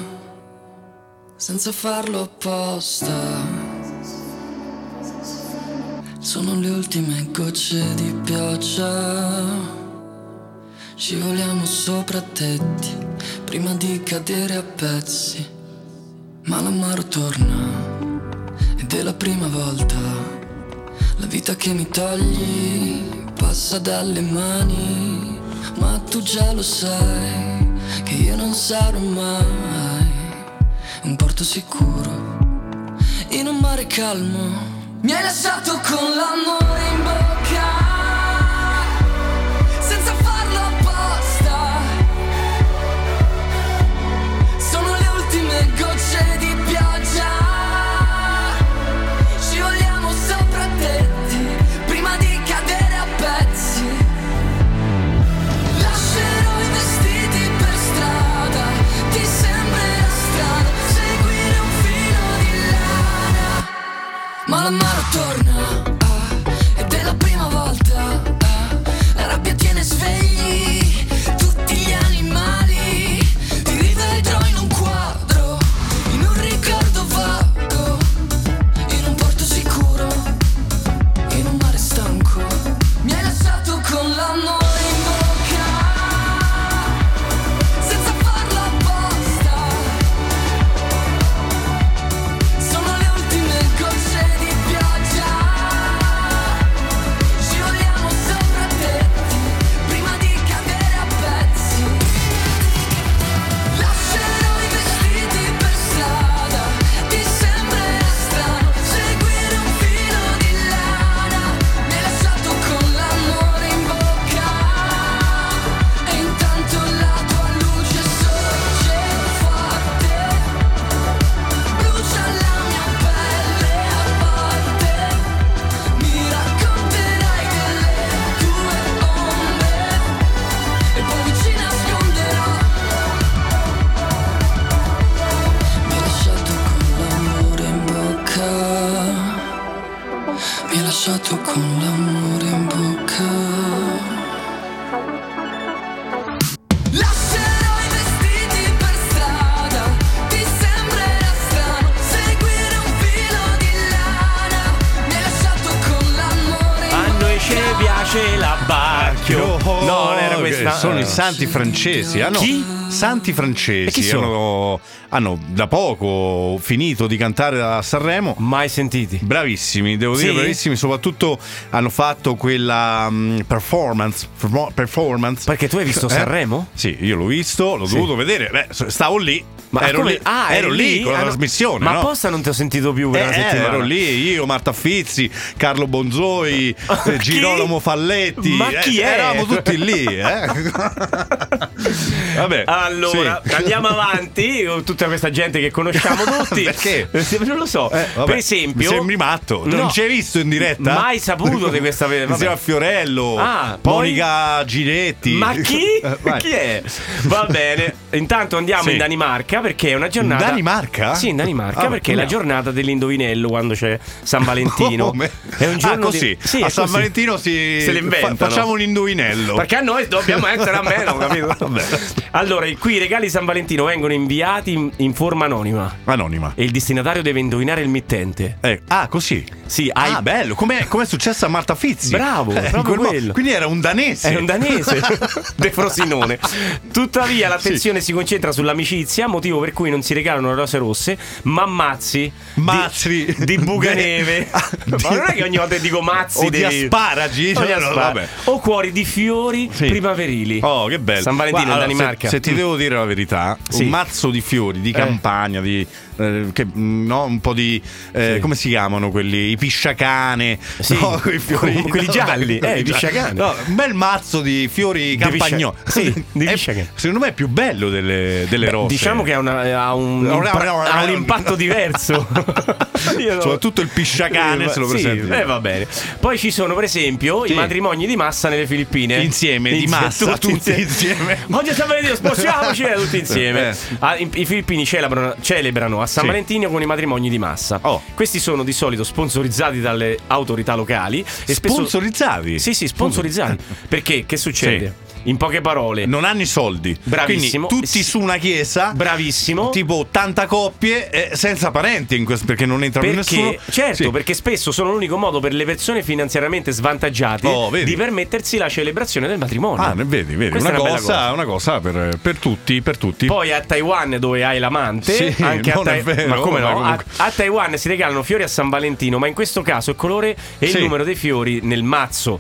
[SPEAKER 7] senza farlo apposta. Sono le ultime gocce di pioggia. Scivoliamo sopra tetti prima di cadere a pezzi. Ma l'amaro torna ed è la prima volta. La vita che mi togli passa dalle mani. Ma tu già lo sai che io non sarò mai un porto sicuro in un mare calmo. Mi hai lasciato con l'amore in bocca, senza farlo apposta. Sono le ultime gocce di pioggia. Scivoliamo sopra tetti prima di cadere a pezzi. Lascerò i vestiti per strada, ti sembrerà strano seguire un filo di lana. Ma la mano torna, ah, ed è la prima volta. ah. la rabbia tiene svegli tutti gli animali. Ti rivedrò in un quadro, in un ricordo vago, in un porto sicuro in un mare stanco mi hai lasciato con l'amore in bocca senza farlo apposta sono le ultime gocce di pioggia scivoliamo sopra tetti prima di cadere a pezzi Lascerò i vestiti per strada, ti sembrerà strano seguire un filo di lana. Mi hai lasciato con l'amore in bocca e intanto la tua luce sorge forte. Brucia la mia pelle a volte, mi racconterai delle tue ombre e poi vicino nasconderò. Mi hai lasciato con l'amore in bocca Mi hai lasciato con l'amore in bocca Lascerò i vestiti per strada Ti sembrerà strano seguire un filo di lana Mi hai lasciato con l'amore in
[SPEAKER 5] A
[SPEAKER 7] bocca
[SPEAKER 5] noi ci piace la bacchio.
[SPEAKER 2] Oh,
[SPEAKER 5] no, non era
[SPEAKER 2] che
[SPEAKER 5] questa. Ah.
[SPEAKER 2] Sono i santi francesi. Ah, no.
[SPEAKER 5] Chi?
[SPEAKER 2] Santi francesi.
[SPEAKER 5] E chi sono?
[SPEAKER 2] Hanno, hanno da poco finito di cantare a Sanremo.
[SPEAKER 5] Mai sentiti.
[SPEAKER 2] Bravissimi, devo dire
[SPEAKER 5] Sì?
[SPEAKER 2] bravissimi, soprattutto hanno fatto quella mh, performance, perform- performance.
[SPEAKER 5] Perché tu hai visto
[SPEAKER 2] Eh?
[SPEAKER 5] Sanremo?
[SPEAKER 2] Sì, io l'ho visto, l'ho
[SPEAKER 5] Sì.
[SPEAKER 2] dovuto vedere, Beh, so- stavo lì,
[SPEAKER 5] Ma
[SPEAKER 2] ero,
[SPEAKER 5] come-
[SPEAKER 2] lì,
[SPEAKER 5] ah,
[SPEAKER 2] ero
[SPEAKER 5] eri
[SPEAKER 2] lì, con la
[SPEAKER 5] Ah, no.
[SPEAKER 2] trasmissione,
[SPEAKER 5] Ma
[SPEAKER 2] no?
[SPEAKER 5] apposta non ti ho sentito più per
[SPEAKER 2] Eh,
[SPEAKER 5] una settimana.
[SPEAKER 2] ero lì io, Marta Fizzi, Carlo Bonzoi, eh,
[SPEAKER 5] Chi?
[SPEAKER 2] Girolamo Falletti.
[SPEAKER 5] Ma chi
[SPEAKER 2] eh,
[SPEAKER 5] è?
[SPEAKER 2] Eravamo tutti lì. eh. Vabbè,
[SPEAKER 5] Ah, Allora,
[SPEAKER 2] Sì.
[SPEAKER 5] andiamo avanti. Oh, Tutta questa gente che conosciamo tutti.
[SPEAKER 2] Perché?
[SPEAKER 5] Non lo so.
[SPEAKER 2] Eh, vabbè,
[SPEAKER 5] per esempio,
[SPEAKER 2] mi sembri matto.
[SPEAKER 5] No.
[SPEAKER 2] Non ci hai visto in diretta?
[SPEAKER 5] Mai saputo di questa- vabbè.
[SPEAKER 2] Insieme a Fiorello,
[SPEAKER 5] Ah, poi?
[SPEAKER 2] Monica Giretti.
[SPEAKER 5] Ma chi?
[SPEAKER 2] Eh, vai.
[SPEAKER 5] chi è? Va bene. Intanto andiamo
[SPEAKER 2] Sì.
[SPEAKER 5] in Danimarca perché è una giornata.
[SPEAKER 2] Danimarca?
[SPEAKER 5] Sì, in Danimarca
[SPEAKER 2] Ah,
[SPEAKER 5] perché è la
[SPEAKER 2] andiamo.
[SPEAKER 5] giornata dell'indovinello quando c'è San Valentino.
[SPEAKER 2] Come?
[SPEAKER 5] È un giorno
[SPEAKER 2] Ah, così.
[SPEAKER 5] di- sì, è
[SPEAKER 2] a San
[SPEAKER 5] così.
[SPEAKER 2] Valentino si
[SPEAKER 5] Se l'inventano.
[SPEAKER 2] facciamo un indovinello.
[SPEAKER 5] Perché a noi dobbiamo essere a meno, capito?
[SPEAKER 2] Vabbè.
[SPEAKER 5] Allora, i- qui i regali di San Valentino vengono inviati in, in forma anonima.
[SPEAKER 2] Anonima.
[SPEAKER 5] E il destinatario deve indovinare il mittente.
[SPEAKER 2] Eh, ah, così.
[SPEAKER 5] Sì, hai.
[SPEAKER 2] Ah, bello, come è successo a Marta Fizzi?
[SPEAKER 5] Bravo,
[SPEAKER 2] in
[SPEAKER 5] proprio
[SPEAKER 2] mo-
[SPEAKER 5] quello.
[SPEAKER 2] Quindi era un danese.
[SPEAKER 5] È un danese, De Frosinone. Tuttavia, l'attenzione si concentra sull'amicizia, motivo per cui non si regalano rose rosse, ma mazzi. di-
[SPEAKER 2] Mazzi.
[SPEAKER 5] di, Bucaneve.
[SPEAKER 2] Ah,
[SPEAKER 5] ma
[SPEAKER 2] di-
[SPEAKER 5] non è che ogni volta dico mazzi
[SPEAKER 2] O di
[SPEAKER 5] dei-
[SPEAKER 2] asparagi,
[SPEAKER 5] o,
[SPEAKER 2] cioè,
[SPEAKER 5] di
[SPEAKER 2] no,
[SPEAKER 5] aspar-
[SPEAKER 2] vabbè.
[SPEAKER 5] o cuori di fiori
[SPEAKER 2] Sì.
[SPEAKER 5] primaverili.
[SPEAKER 2] Oh, che bello.
[SPEAKER 5] San Valentino
[SPEAKER 2] Guarda,
[SPEAKER 5] in
[SPEAKER 2] allora,
[SPEAKER 5] Danimarca.
[SPEAKER 2] Se, se ti
[SPEAKER 5] Mm.
[SPEAKER 2] devo dire la verità,
[SPEAKER 5] Sì.
[SPEAKER 2] un mazzo di fiori, di campagna, di, eh, che, mm, no, un po' di. eh, Come si chiamano quelli? I pisciacane.
[SPEAKER 5] Sì.
[SPEAKER 2] no, quei fiori.
[SPEAKER 5] Quelli gialli, eh, i pisciacane.
[SPEAKER 2] No, un bel mazzo di fiori
[SPEAKER 5] piscia-
[SPEAKER 2] campagnoli.
[SPEAKER 5] sì, di
[SPEAKER 2] È-
[SPEAKER 5] pisciacane.
[SPEAKER 2] secondo me è più bello delle, delle rose.
[SPEAKER 5] Diciamo che ha, una- ha un,
[SPEAKER 2] No, no,
[SPEAKER 5] impa-
[SPEAKER 2] no, no,
[SPEAKER 5] ha un
[SPEAKER 2] no.
[SPEAKER 5] impatto diverso. Cioè, Io no.
[SPEAKER 2] Soprattutto il pisciacane se lo
[SPEAKER 5] Sì,
[SPEAKER 2] presenti.
[SPEAKER 5] eh, va bene. Poi ci sono, per esempio, i
[SPEAKER 2] Sì.
[SPEAKER 5] matrimoni di massa nelle Filippine.
[SPEAKER 2] Insieme, di massa, tutti insieme.
[SPEAKER 5] Oggi è San Valentino, sposiamoci eh, tutti insieme.
[SPEAKER 2] Eh.
[SPEAKER 5] Ah, in- I filippini celebrano, celebrano a San
[SPEAKER 2] Sì.
[SPEAKER 5] Valentino con i matrimoni di massa.
[SPEAKER 2] Oh.
[SPEAKER 5] Questi sono di solito sponsorizzati dalle autorità locali. E spesso
[SPEAKER 2] Sponsorizzati?
[SPEAKER 5] Sì, sì, sponsorizzati. Perché che succede? In poche parole,
[SPEAKER 2] Non hanno i soldi.
[SPEAKER 5] Eh. Bravissimo.
[SPEAKER 2] Quindi tutti
[SPEAKER 5] Sì.
[SPEAKER 2] su una chiesa.
[SPEAKER 5] bravissimo.
[SPEAKER 2] Tipo 80 coppie eh, senza parenti in questo, perché non entrano nessuno.
[SPEAKER 5] Perché, certo,
[SPEAKER 2] Sì.
[SPEAKER 5] perché spesso sono l'unico modo per le persone finanziariamente svantaggiate
[SPEAKER 2] Oh, vedi.
[SPEAKER 5] di permettersi la celebrazione del matrimonio.
[SPEAKER 2] Ah, ne- vedi, vedi,
[SPEAKER 5] Questa
[SPEAKER 2] una,
[SPEAKER 5] è una
[SPEAKER 2] cosa,
[SPEAKER 5] bella cosa.
[SPEAKER 2] una cosa per, per tutti, per tutti.
[SPEAKER 5] Poi a Taiwan dove hai l'amante,
[SPEAKER 2] Sì,
[SPEAKER 5] anche a,
[SPEAKER 2] non è
[SPEAKER 5] Tai-
[SPEAKER 2] vero,
[SPEAKER 5] ma come
[SPEAKER 2] ma
[SPEAKER 5] no?
[SPEAKER 2] comunque.
[SPEAKER 5] A, a Taiwan si regalano fiori a San Valentino, ma in questo caso il colore e
[SPEAKER 2] Sì.
[SPEAKER 5] il numero dei fiori nel mazzo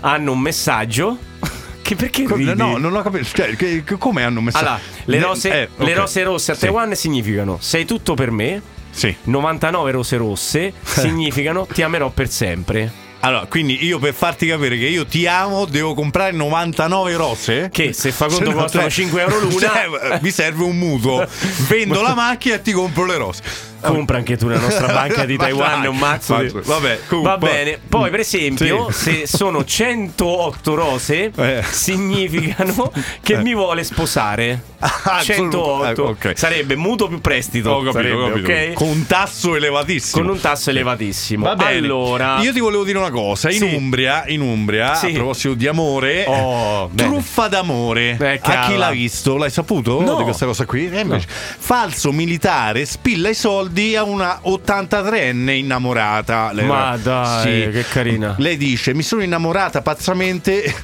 [SPEAKER 5] hanno un messaggio. Che perché
[SPEAKER 2] Co-
[SPEAKER 5] ridi?
[SPEAKER 2] no, non ho capito. Cioè, che- che- come hanno messo?
[SPEAKER 5] Allora, le
[SPEAKER 2] Ne-
[SPEAKER 5] rose,
[SPEAKER 2] eh,
[SPEAKER 5] le
[SPEAKER 2] ok.
[SPEAKER 5] rose rosse a
[SPEAKER 2] Sì,
[SPEAKER 5] Taiwan significano sei tutto per me,
[SPEAKER 2] Sì.
[SPEAKER 5] 99 rose rosse significano ti amerò per sempre.
[SPEAKER 2] Allora, quindi io per farti capire che io ti amo, devo comprare 99 rose.
[SPEAKER 5] Che se fa
[SPEAKER 2] Se
[SPEAKER 5] conto
[SPEAKER 2] no,
[SPEAKER 5] costano
[SPEAKER 2] cioè,
[SPEAKER 5] 5 euro l'una,
[SPEAKER 2] cioè, mi serve un mutuo. Vendo la macchina e ti compro le rose.
[SPEAKER 5] compra anche tu la nostra banca di
[SPEAKER 2] Ma
[SPEAKER 5] Taiwan
[SPEAKER 2] dai,
[SPEAKER 5] un mazzo. di-
[SPEAKER 2] mazzo. Vabbè, comunque-
[SPEAKER 5] Va bene. Poi, per esempio,
[SPEAKER 2] Sì.
[SPEAKER 5] se sono 108 rose,
[SPEAKER 2] Eh.
[SPEAKER 5] significano che
[SPEAKER 2] Eh.
[SPEAKER 5] mi vuole sposare.
[SPEAKER 2] Ah,
[SPEAKER 5] 108
[SPEAKER 2] eh, ok.
[SPEAKER 5] sarebbe mutuo più prestito.
[SPEAKER 2] Ho capito,
[SPEAKER 5] sarebbe,
[SPEAKER 2] ho capito.
[SPEAKER 5] ok?
[SPEAKER 2] Con un tasso elevatissimo.
[SPEAKER 5] Con un tasso elevatissimo.
[SPEAKER 2] Va bene.
[SPEAKER 5] Allora,
[SPEAKER 2] Io ti volevo dire una cosa. In
[SPEAKER 5] Sì.
[SPEAKER 2] Umbria, in Umbria
[SPEAKER 5] Sì.
[SPEAKER 2] a proposito di amore,
[SPEAKER 5] Oh, bene.
[SPEAKER 2] truffa d'amore.
[SPEAKER 5] Eh,
[SPEAKER 2] a chi
[SPEAKER 5] cavolo.
[SPEAKER 2] l'ha visto? L'hai saputo
[SPEAKER 5] No.
[SPEAKER 2] di questa cosa qui? Eh, invece. Falso militare spilla i soldi a una 83enne innamorata. Lei
[SPEAKER 5] Ma
[SPEAKER 2] era-
[SPEAKER 5] dai, che carina.
[SPEAKER 2] Lei dice: Mi sono innamorata pazzamente.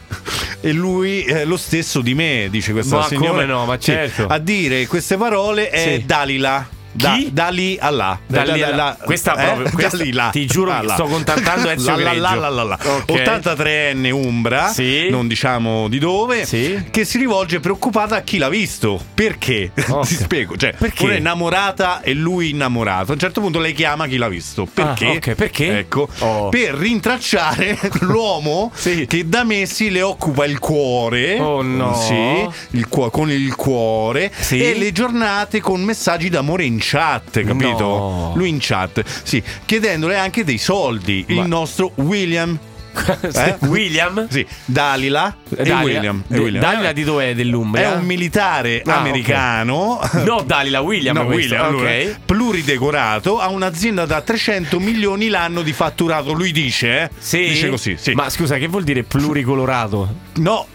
[SPEAKER 2] E lui eh, lo stesso di me, dice questa
[SPEAKER 5] Ma
[SPEAKER 2] signora.
[SPEAKER 5] come no, ma
[SPEAKER 2] Sì.
[SPEAKER 5] certo.
[SPEAKER 2] A dire queste parole è
[SPEAKER 5] Sì.
[SPEAKER 2] Dalila. Da,
[SPEAKER 5] Chi?
[SPEAKER 2] Dali Allah.
[SPEAKER 5] Dalila.
[SPEAKER 2] Eh?
[SPEAKER 5] Questa proprio- questa-
[SPEAKER 2] Dalila.
[SPEAKER 5] ti giuro che
[SPEAKER 2] Allah.
[SPEAKER 5] sto contattando Ezio
[SPEAKER 2] La, la, la,
[SPEAKER 5] Greggio.
[SPEAKER 2] la, la, la.
[SPEAKER 5] Ok.
[SPEAKER 2] 83enne Umbra,
[SPEAKER 5] Sì.
[SPEAKER 2] non diciamo di dove,
[SPEAKER 5] Sì.
[SPEAKER 2] che si rivolge preoccupata a chi l'ha visto. Perché?
[SPEAKER 5] Ok.
[SPEAKER 2] Ti spiego. Cioè,
[SPEAKER 5] Perché?
[SPEAKER 2] una è innamorata e lui innamorato. A un certo punto lei chiama chi l'ha visto. Perché?
[SPEAKER 5] Ah, ok, perché?
[SPEAKER 2] Ecco,
[SPEAKER 5] Oh.
[SPEAKER 2] per rintracciare l'uomo
[SPEAKER 5] Sì.
[SPEAKER 2] che da mesi le occupa il cuore.
[SPEAKER 5] Oh, no.
[SPEAKER 2] Sì, il cuo- con il cuore.
[SPEAKER 5] Sì.
[SPEAKER 2] E le giornate con messaggi d'amore in chat, capito?
[SPEAKER 5] No.
[SPEAKER 2] Lui in chat, sì, chiedendole anche dei soldi.
[SPEAKER 5] Ma-
[SPEAKER 2] Il nostro William. Eh?
[SPEAKER 5] William.
[SPEAKER 2] Sì, Dalila e
[SPEAKER 5] Dalila.
[SPEAKER 2] William. e
[SPEAKER 5] Di-
[SPEAKER 2] William.
[SPEAKER 5] Dalila di dov'è
[SPEAKER 2] È
[SPEAKER 5] dell'Umbria?
[SPEAKER 2] un militare
[SPEAKER 5] Ah,
[SPEAKER 2] americano.
[SPEAKER 5] No, Dalila, William.
[SPEAKER 2] No,
[SPEAKER 5] questo,
[SPEAKER 2] William, allora,
[SPEAKER 5] ok.
[SPEAKER 2] pluridecorato, ha un'azienda da 300 milioni l'anno di fatturato, lui dice, eh?
[SPEAKER 5] Sì?
[SPEAKER 2] Dice così, sì.
[SPEAKER 5] Ma scusa, che vuol dire pluricolorato?
[SPEAKER 2] No,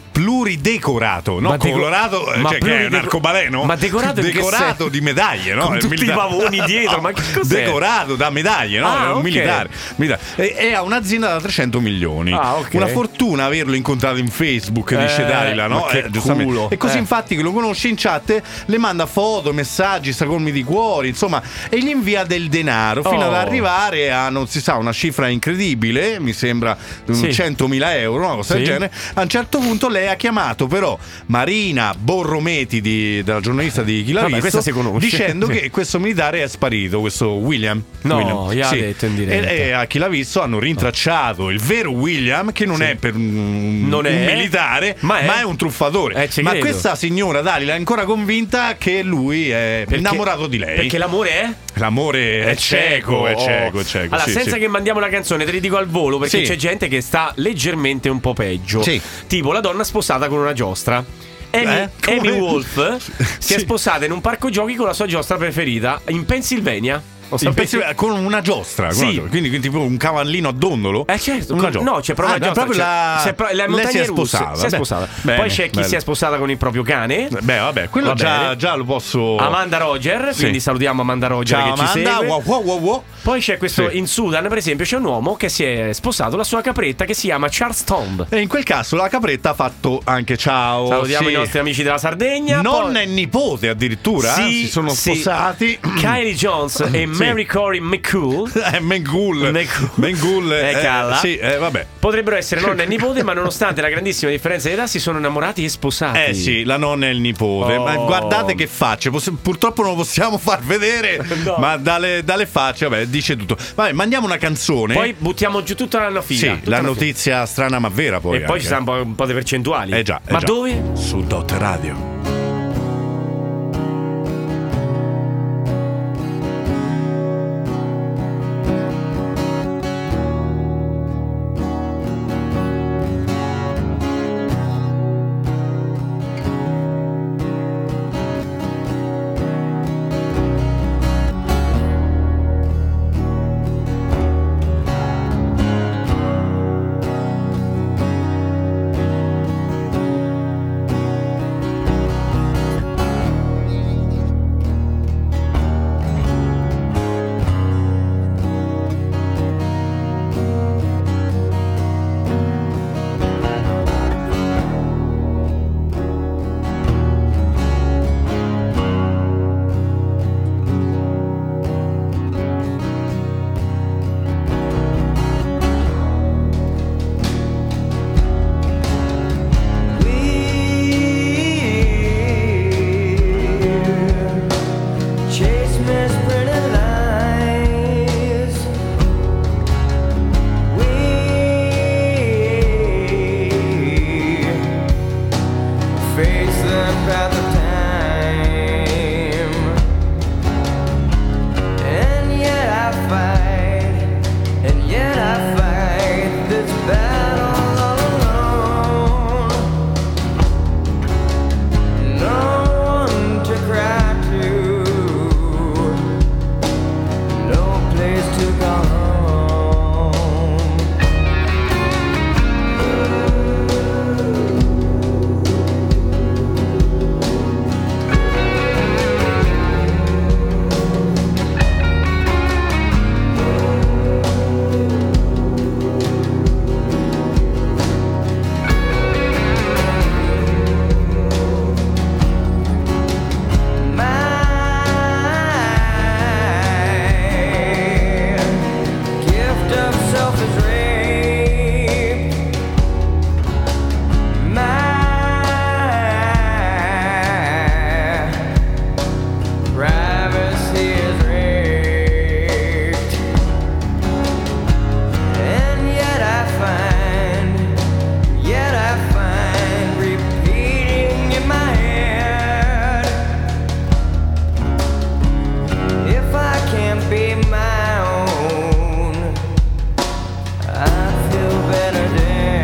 [SPEAKER 2] pluridecorato, no?
[SPEAKER 5] Ma deco-
[SPEAKER 2] colorato, eh,
[SPEAKER 5] ma
[SPEAKER 2] cioè che è un
[SPEAKER 5] plurideco-
[SPEAKER 2] arcobaleno.
[SPEAKER 5] ma decorato in che
[SPEAKER 2] Decorato
[SPEAKER 5] senso?
[SPEAKER 2] di medaglie, no?
[SPEAKER 5] Con
[SPEAKER 2] È
[SPEAKER 5] tutti
[SPEAKER 2] milita-
[SPEAKER 5] i pavoni dietro, ma che cos'è?
[SPEAKER 2] Decorato da medaglie, no?
[SPEAKER 5] Ah,
[SPEAKER 2] È un
[SPEAKER 5] ok.
[SPEAKER 2] militare. militare. E, e ha un'azienda da 300 milioni.
[SPEAKER 5] Ah, ok.
[SPEAKER 2] Una fortuna averlo incontrato in Facebook, dice
[SPEAKER 5] Eh,
[SPEAKER 2] Dalila, no?
[SPEAKER 5] ma che
[SPEAKER 2] giustamente.
[SPEAKER 5] culo.
[SPEAKER 2] E così
[SPEAKER 5] Eh.
[SPEAKER 2] infatti che lo conosce in chat, le manda foto, messaggi, sagommi di cuori, insomma, e gli invia del denaro fino ad
[SPEAKER 5] Oh.
[SPEAKER 2] arrivare a, non si sa, una cifra incredibile, mi sembra
[SPEAKER 5] Sì.
[SPEAKER 2] 100.000 euro, una cosa del
[SPEAKER 5] Sì.
[SPEAKER 2] genere. A un certo punto lei ha chiamato però Marina Borrometi, di- della giornalista di Chi l'ha
[SPEAKER 5] Vabbè,
[SPEAKER 2] visto,
[SPEAKER 5] questa si conosce.
[SPEAKER 2] dicendo
[SPEAKER 5] Sì.
[SPEAKER 2] che questo militare è sparito, questo William.
[SPEAKER 5] No,
[SPEAKER 2] William.
[SPEAKER 5] gli ha detto in diretta.
[SPEAKER 2] E, e a Chi l'ha visto hanno rintracciato il vero William, che non è per un,
[SPEAKER 5] Non
[SPEAKER 2] un
[SPEAKER 5] è,
[SPEAKER 2] militare,
[SPEAKER 5] ma
[SPEAKER 2] ma
[SPEAKER 5] è-
[SPEAKER 2] è, un truffatore.
[SPEAKER 5] Eh, ci
[SPEAKER 2] ma
[SPEAKER 5] credo.
[SPEAKER 2] questa signora Dalila è ancora convinta che lui è
[SPEAKER 5] Perché-
[SPEAKER 2] innamorato di lei.
[SPEAKER 5] Perché l'amore è?
[SPEAKER 2] L'amore è, cieco, è cieco, è cieco.
[SPEAKER 5] Allora,
[SPEAKER 2] sì,
[SPEAKER 5] senza
[SPEAKER 2] sì.
[SPEAKER 5] che mandiamo la canzone, te li dico al volo perché
[SPEAKER 2] Sì.
[SPEAKER 5] c'è gente che sta leggermente un po' peggio.
[SPEAKER 2] Sì.
[SPEAKER 5] Tipo la donna sposata con una giostra. Amy,
[SPEAKER 2] Eh? Come?
[SPEAKER 5] Amy Wolf si è
[SPEAKER 2] Sì.
[SPEAKER 5] sposata in un parco giochi con la sua giostra preferita in Pennsylvania. Lo
[SPEAKER 2] In
[SPEAKER 5] sapete?
[SPEAKER 2] Pennsylvania, con una giostra, con
[SPEAKER 5] Sì.
[SPEAKER 2] una giostra. Quindi, quindi tipo un cavallino a dondolo?
[SPEAKER 5] Eh certo,
[SPEAKER 2] Una
[SPEAKER 5] con-
[SPEAKER 2] giostra.
[SPEAKER 5] no, c'è proprio
[SPEAKER 2] Ah,
[SPEAKER 5] la giostra,
[SPEAKER 2] proprio
[SPEAKER 5] c'è-
[SPEAKER 2] la-
[SPEAKER 5] c'è pro- le
[SPEAKER 2] lei si
[SPEAKER 5] montagne
[SPEAKER 2] è
[SPEAKER 5] russe,
[SPEAKER 2] sposata.
[SPEAKER 5] si è
[SPEAKER 2] Beh,
[SPEAKER 5] sposata.
[SPEAKER 2] bene,
[SPEAKER 5] Poi c'è chi
[SPEAKER 2] bello.
[SPEAKER 5] si è sposata con il proprio cane.
[SPEAKER 2] Beh, vabbè, quello
[SPEAKER 5] Va
[SPEAKER 2] già,
[SPEAKER 5] bene.
[SPEAKER 2] già lo posso.
[SPEAKER 5] Amanda Roger,
[SPEAKER 2] Sì.
[SPEAKER 5] quindi salutiamo Amanda Roger
[SPEAKER 2] Ciao
[SPEAKER 5] che ci
[SPEAKER 2] Amanda,
[SPEAKER 5] segue.
[SPEAKER 2] wow, wow, wow, wow.
[SPEAKER 5] Poi c'è questo
[SPEAKER 2] Sì.
[SPEAKER 5] in Sudan, per esempio, c'è un uomo che si è sposato la sua capretta che si chiama Charles Tomb.
[SPEAKER 2] E in quel caso la capretta ha fatto anche ciao.
[SPEAKER 5] Salutiamo
[SPEAKER 2] Oh, sì.
[SPEAKER 5] i nostri amici della Sardegna.
[SPEAKER 2] Nonna
[SPEAKER 5] poi-
[SPEAKER 2] e nipote addirittura eh?
[SPEAKER 5] Sì,
[SPEAKER 2] si sono
[SPEAKER 5] sì.
[SPEAKER 2] sposati.
[SPEAKER 5] Kylie Jones e
[SPEAKER 2] Sì.
[SPEAKER 5] Mary Corey McCool.
[SPEAKER 2] Eh, Mengul.
[SPEAKER 5] Mengul.
[SPEAKER 2] Mengul.
[SPEAKER 5] Eh, calla.
[SPEAKER 2] sì, eh, vabbè.
[SPEAKER 5] Potrebbero essere nonna e nipote, ma nonostante la grandissima differenza di età, si sono innamorati e sposati.
[SPEAKER 2] Eh sì, la nonna e il nipote.
[SPEAKER 5] Oh.
[SPEAKER 2] Ma guardate che facce. poss- purtroppo non lo possiamo far vedere,
[SPEAKER 5] No.
[SPEAKER 2] ma dalle, dalle facce, vabbè, dice tutto. Vabbè, mandiamo una canzone.
[SPEAKER 5] Poi buttiamo giù tutta la
[SPEAKER 2] sì,
[SPEAKER 5] notizia.
[SPEAKER 2] la notizia strana ma vera poi.
[SPEAKER 5] E poi
[SPEAKER 2] anche.
[SPEAKER 5] ci saranno un po', un po' di percentuali.
[SPEAKER 2] Eh già. eh
[SPEAKER 5] ma
[SPEAKER 2] già.
[SPEAKER 5] dove?
[SPEAKER 2] Su Dot Radio.
[SPEAKER 6] No one to cry to, no place to go home. My gift of self is rape. My privacy is raped. And yet I find, yet I find repeating in my head. If I can't be my own, I feel better dead.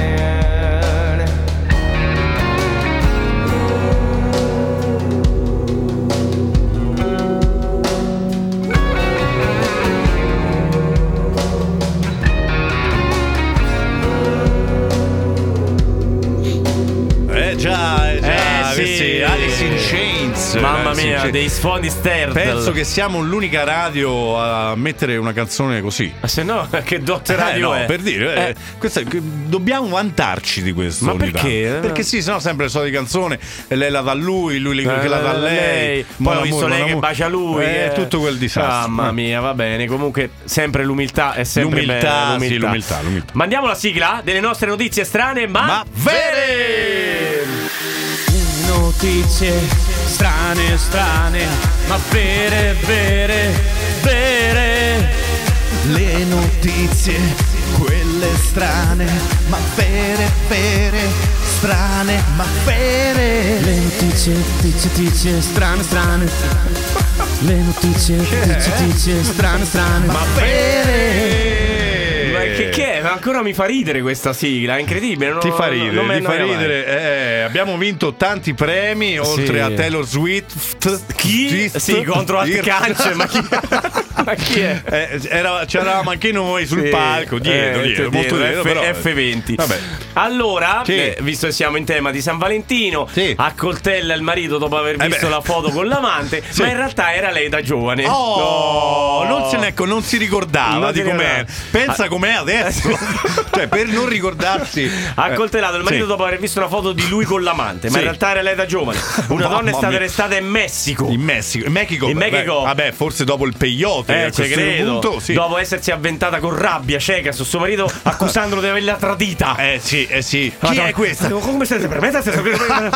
[SPEAKER 2] Eh già, eh già.
[SPEAKER 5] Eh, sì.
[SPEAKER 2] questi Alice in Chains.
[SPEAKER 5] Mamma
[SPEAKER 2] Alice in
[SPEAKER 5] mia,
[SPEAKER 2] Chains.
[SPEAKER 5] dei sfondi
[SPEAKER 2] eh,
[SPEAKER 5] sterni.
[SPEAKER 2] Penso che siamo l'unica radio a mettere una canzone così.
[SPEAKER 5] Ma se no, che dot
[SPEAKER 2] Eh,
[SPEAKER 5] radio
[SPEAKER 2] no,
[SPEAKER 5] è?
[SPEAKER 2] per dire, eh,
[SPEAKER 5] Eh.
[SPEAKER 2] questo è- che- dobbiamo vantarci di questo.
[SPEAKER 5] Ma
[SPEAKER 2] ogni
[SPEAKER 5] perché? Eh.
[SPEAKER 2] tanto. Perché sì, sennò sempre le solite canzoni. e Lei la dà a lui, lui le-
[SPEAKER 5] Eh,
[SPEAKER 2] che la dà a lei.
[SPEAKER 5] Poi
[SPEAKER 2] Mon
[SPEAKER 5] ho visto
[SPEAKER 2] amour,
[SPEAKER 5] lei
[SPEAKER 2] mon
[SPEAKER 5] che
[SPEAKER 2] amour.
[SPEAKER 5] bacia lui.
[SPEAKER 2] Eh,
[SPEAKER 5] eh.
[SPEAKER 2] tutto quel disastro. Eh.
[SPEAKER 5] Mamma mia, va bene. Comunque, sempre l'umiltà è sempre
[SPEAKER 2] L'umiltà,
[SPEAKER 5] bella,
[SPEAKER 2] sì, l'umiltà, l'umiltà.
[SPEAKER 5] Ah, Mandiamo la sigla delle nostre notizie strane, ma,
[SPEAKER 2] Ma vere!
[SPEAKER 8] notizie strane, strane, ma vere, vere, vere. Le notizie, quelle strane, ma vere, vere, strane, ma vere. Le notizie, tizie, tizie, strane, strane. Le notizie, tizie, tizie, strane, strane, ma
[SPEAKER 5] Ma che, che è? Ma ancora mi fa ridere questa sigla, è incredibile. no?
[SPEAKER 2] Ti fa
[SPEAKER 5] No,
[SPEAKER 2] ridere,
[SPEAKER 5] non me-
[SPEAKER 2] ti fa
[SPEAKER 5] non è mai.
[SPEAKER 2] ridere. Eh, abbiamo vinto tanti premi, oltre a Taylor Swift.
[SPEAKER 5] Chi?
[SPEAKER 2] Swift.
[SPEAKER 5] Sì, contro
[SPEAKER 2] Swift.
[SPEAKER 5] Arcance, ma chi? ma chi è?
[SPEAKER 2] Eh, era- c'eravamo anche noi sul
[SPEAKER 5] Sì.
[SPEAKER 2] palco, dietro,
[SPEAKER 5] Eh,
[SPEAKER 2] dietro, molto dietro,
[SPEAKER 5] F-
[SPEAKER 2] però-
[SPEAKER 5] F20.
[SPEAKER 2] Vabbè.
[SPEAKER 5] Allora,
[SPEAKER 2] Sì.
[SPEAKER 5] eh, visto che siamo in tema di San Valentino,
[SPEAKER 2] Sì.
[SPEAKER 5] accoltella il marito dopo aver
[SPEAKER 2] Eh
[SPEAKER 5] visto
[SPEAKER 2] beh.
[SPEAKER 5] la foto con l'amante,
[SPEAKER 2] Sì.
[SPEAKER 5] ma in realtà era lei da giovane.
[SPEAKER 2] Oh,
[SPEAKER 5] Eh, No.
[SPEAKER 2] non, se ne, ecco, non si ricordava
[SPEAKER 5] Non
[SPEAKER 2] di
[SPEAKER 5] si
[SPEAKER 2] com'è.
[SPEAKER 5] ricordava. Ah.
[SPEAKER 2] Pensa com'è adesso. cioè, per non ricordarsi.
[SPEAKER 5] Ha accoltellato il marito
[SPEAKER 2] Sì.
[SPEAKER 5] dopo aver visto una foto di lui con l'amante, ma
[SPEAKER 2] Sì.
[SPEAKER 5] in realtà era lei da giovane. Una
[SPEAKER 2] Mamma
[SPEAKER 5] donna è stata
[SPEAKER 2] mia.
[SPEAKER 5] arrestata in Messico.
[SPEAKER 2] eh, In Messico, in Mexico,
[SPEAKER 5] In
[SPEAKER 2] beh,
[SPEAKER 5] Mexico.
[SPEAKER 2] vabbè, forse dopo il peyote
[SPEAKER 5] Eh,
[SPEAKER 2] a
[SPEAKER 5] ci
[SPEAKER 2] questo
[SPEAKER 5] credo.
[SPEAKER 2] punto, sì.
[SPEAKER 5] Dopo essersi avventata con rabbia cieca su suo marito, accusandolo di averla tradita.
[SPEAKER 2] Eh sì, eh sì. Chi
[SPEAKER 5] Madonna,
[SPEAKER 2] è questa?
[SPEAKER 5] Come se ne permette? Se-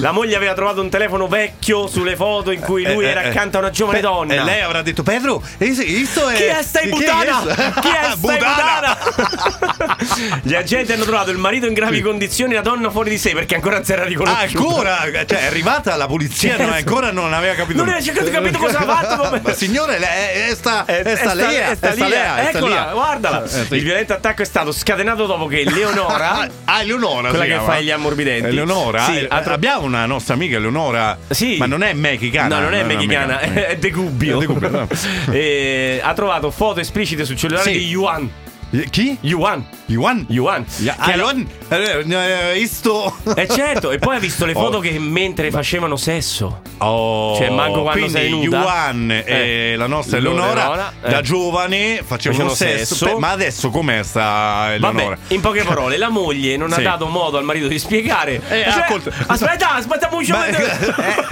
[SPEAKER 5] La moglie aveva trovato un telefono vecchio sulle foto in cui lui
[SPEAKER 2] Eh,
[SPEAKER 5] era
[SPEAKER 2] eh,
[SPEAKER 5] accanto a una giovane
[SPEAKER 2] eh.
[SPEAKER 5] donna.
[SPEAKER 2] E lei avrà detto, Pedro, es- questo è...
[SPEAKER 5] Chi è stai
[SPEAKER 2] Chi
[SPEAKER 5] puttana?
[SPEAKER 2] questo?
[SPEAKER 5] Chi è stai
[SPEAKER 2] Puttana!
[SPEAKER 5] puttana? Gli agenti hanno trovato il marito in gravi condizioni e la donna fuori di sé perché ancora non si era
[SPEAKER 2] Ah,
[SPEAKER 5] riconosciuta.
[SPEAKER 2] ancora? Cioè, è arrivata la polizia, non, ancora non aveva capito.
[SPEAKER 5] Non aveva cercato di capire cosa ha fatto, come-
[SPEAKER 2] Ma signore, le- è, è sta,
[SPEAKER 5] Eh,
[SPEAKER 2] è sta lei, è
[SPEAKER 5] sta
[SPEAKER 2] sta
[SPEAKER 5] lì,
[SPEAKER 2] lei, è sta
[SPEAKER 5] Eccola,
[SPEAKER 2] lì.
[SPEAKER 5] guardala.
[SPEAKER 2] Eh, sì.
[SPEAKER 5] Il violento attacco è stato scatenato dopo che Leonora.
[SPEAKER 2] Ah, Eleonora
[SPEAKER 5] Quella
[SPEAKER 2] si
[SPEAKER 5] che
[SPEAKER 2] chiama.
[SPEAKER 5] fa gli ammorbidenti.
[SPEAKER 2] Eleonora?
[SPEAKER 5] Sì,
[SPEAKER 2] Eh,
[SPEAKER 5] ha tro-
[SPEAKER 2] Abbiamo una nostra amica, Eleonora.
[SPEAKER 5] Sì.
[SPEAKER 2] Ma non è mexicana.
[SPEAKER 5] No, non è mexicana,
[SPEAKER 2] mexicana.
[SPEAKER 5] è De Gubbio.
[SPEAKER 2] È De Gubbio, no.
[SPEAKER 5] Eh, ha trovato foto esplicite sul cellulare
[SPEAKER 2] Sì.
[SPEAKER 5] di Yuan.
[SPEAKER 2] Eh. Chi?
[SPEAKER 5] Yuan.
[SPEAKER 2] Yuan?
[SPEAKER 5] Yuan.
[SPEAKER 2] Ya-
[SPEAKER 5] Che allora-
[SPEAKER 2] Elon? Eh, eh, Isto.
[SPEAKER 5] Eh certo, e poi ha visto le
[SPEAKER 2] Oh.
[SPEAKER 5] foto che mentre facevano sesso.
[SPEAKER 2] Oh,
[SPEAKER 5] Cioè, manco quando
[SPEAKER 2] quindi
[SPEAKER 5] sei nuda.
[SPEAKER 2] Yuan e
[SPEAKER 5] Eh.
[SPEAKER 2] la nostra
[SPEAKER 5] Eleonora,
[SPEAKER 2] Eleonora
[SPEAKER 5] eh.
[SPEAKER 2] da giovane facevano
[SPEAKER 5] Facevano
[SPEAKER 2] sesso,
[SPEAKER 5] sesso.
[SPEAKER 2] Beh, ma adesso com'è sta
[SPEAKER 5] Vabbè, eh,
[SPEAKER 2] Eleonora?
[SPEAKER 5] in poche parole, la moglie non
[SPEAKER 2] Sì.
[SPEAKER 5] ha dato modo al marito di spiegare. Cioè,
[SPEAKER 2] Eh, ascolta.
[SPEAKER 5] Aspetta, aspetta, un
[SPEAKER 2] Ma-
[SPEAKER 5] momento.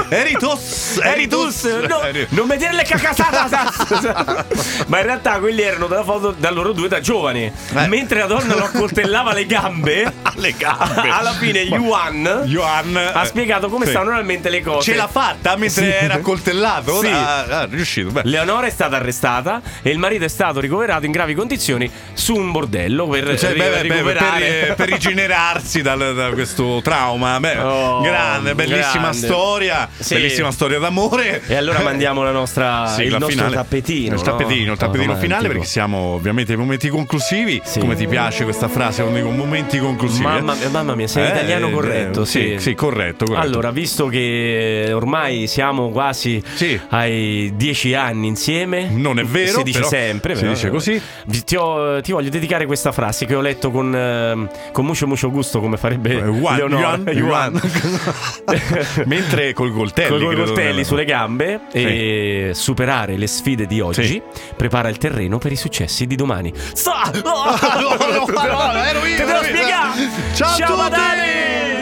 [SPEAKER 5] Eh,
[SPEAKER 2] Eritus,
[SPEAKER 5] Eritus, no,
[SPEAKER 2] Eri-
[SPEAKER 5] non vedere le cacasata. sa- Ma in realtà quelli erano dalla foto da loro due da giovani.
[SPEAKER 2] Eh.
[SPEAKER 5] Mentre la donna lo coltellava le gambe,
[SPEAKER 2] alle gambe.
[SPEAKER 5] alla fine Yuan
[SPEAKER 2] Yuan eh,
[SPEAKER 5] ha spiegato come
[SPEAKER 2] sì.
[SPEAKER 5] stanno realmente le cose.
[SPEAKER 2] Ce l'ha fatta mentre
[SPEAKER 5] Sì.
[SPEAKER 2] era coltellato?
[SPEAKER 5] Sì.
[SPEAKER 2] Ah, ah, riuscito. beh.
[SPEAKER 5] Leonora è stata arrestata e il marito è stato ricoverato in gravi condizioni su un bordello per
[SPEAKER 2] Cioè,
[SPEAKER 5] ri-
[SPEAKER 2] beh, beh, beh, per,
[SPEAKER 5] recuperare.
[SPEAKER 2] eh, per rigenerarsi dal- da questo trauma, Beh,
[SPEAKER 5] Oh,
[SPEAKER 2] grande, bellissima
[SPEAKER 5] grande.
[SPEAKER 2] storia,
[SPEAKER 5] Sì.
[SPEAKER 2] bellissima storia d'amore.
[SPEAKER 5] E allora mandiamo la nostra, il
[SPEAKER 2] Sigla
[SPEAKER 5] nostro
[SPEAKER 2] finale.
[SPEAKER 5] tappetino.
[SPEAKER 2] Il tappetino,
[SPEAKER 5] no?
[SPEAKER 2] il tappetino
[SPEAKER 5] Romantico.
[SPEAKER 2] finale perché siamo ovviamente ai momenti conclusivi.
[SPEAKER 5] Sì.
[SPEAKER 2] Come ti piace questa frase? con i momenti conclusivi.
[SPEAKER 5] Mamma
[SPEAKER 2] eh?
[SPEAKER 5] mia, mamma mia, sei
[SPEAKER 2] Eh,
[SPEAKER 5] italiano
[SPEAKER 2] eh,
[SPEAKER 5] corretto.
[SPEAKER 2] eh,
[SPEAKER 5] sì.
[SPEAKER 2] sì, sì, corretto, corretto.
[SPEAKER 5] Allora, visto che ormai siamo quasi
[SPEAKER 2] Sì.
[SPEAKER 5] ai dieci anni insieme,
[SPEAKER 2] Non è vero,
[SPEAKER 5] si dice
[SPEAKER 2] però
[SPEAKER 5] sempre,
[SPEAKER 2] si
[SPEAKER 5] però-
[SPEAKER 2] dice così.
[SPEAKER 5] Vi- Ti, ho- ti voglio dedicare questa frase che ho letto con, ehm, con mucho mucho gusto, come farebbe
[SPEAKER 2] Eh, Juan,
[SPEAKER 5] Leonora
[SPEAKER 2] Juan, mentre col coltelli,
[SPEAKER 5] Con i
[SPEAKER 2] credo,
[SPEAKER 5] coltelli
[SPEAKER 2] eh,
[SPEAKER 5] sulle gambe e superare le sfide di oggi
[SPEAKER 2] Sì.
[SPEAKER 5] prepara il terreno per i successi di domani. Sa-
[SPEAKER 2] no, no, no, ero io,
[SPEAKER 5] Te
[SPEAKER 2] ero
[SPEAKER 5] devo
[SPEAKER 2] io.
[SPEAKER 5] spiegare!
[SPEAKER 2] Ciao a tutti!
[SPEAKER 5] Madani!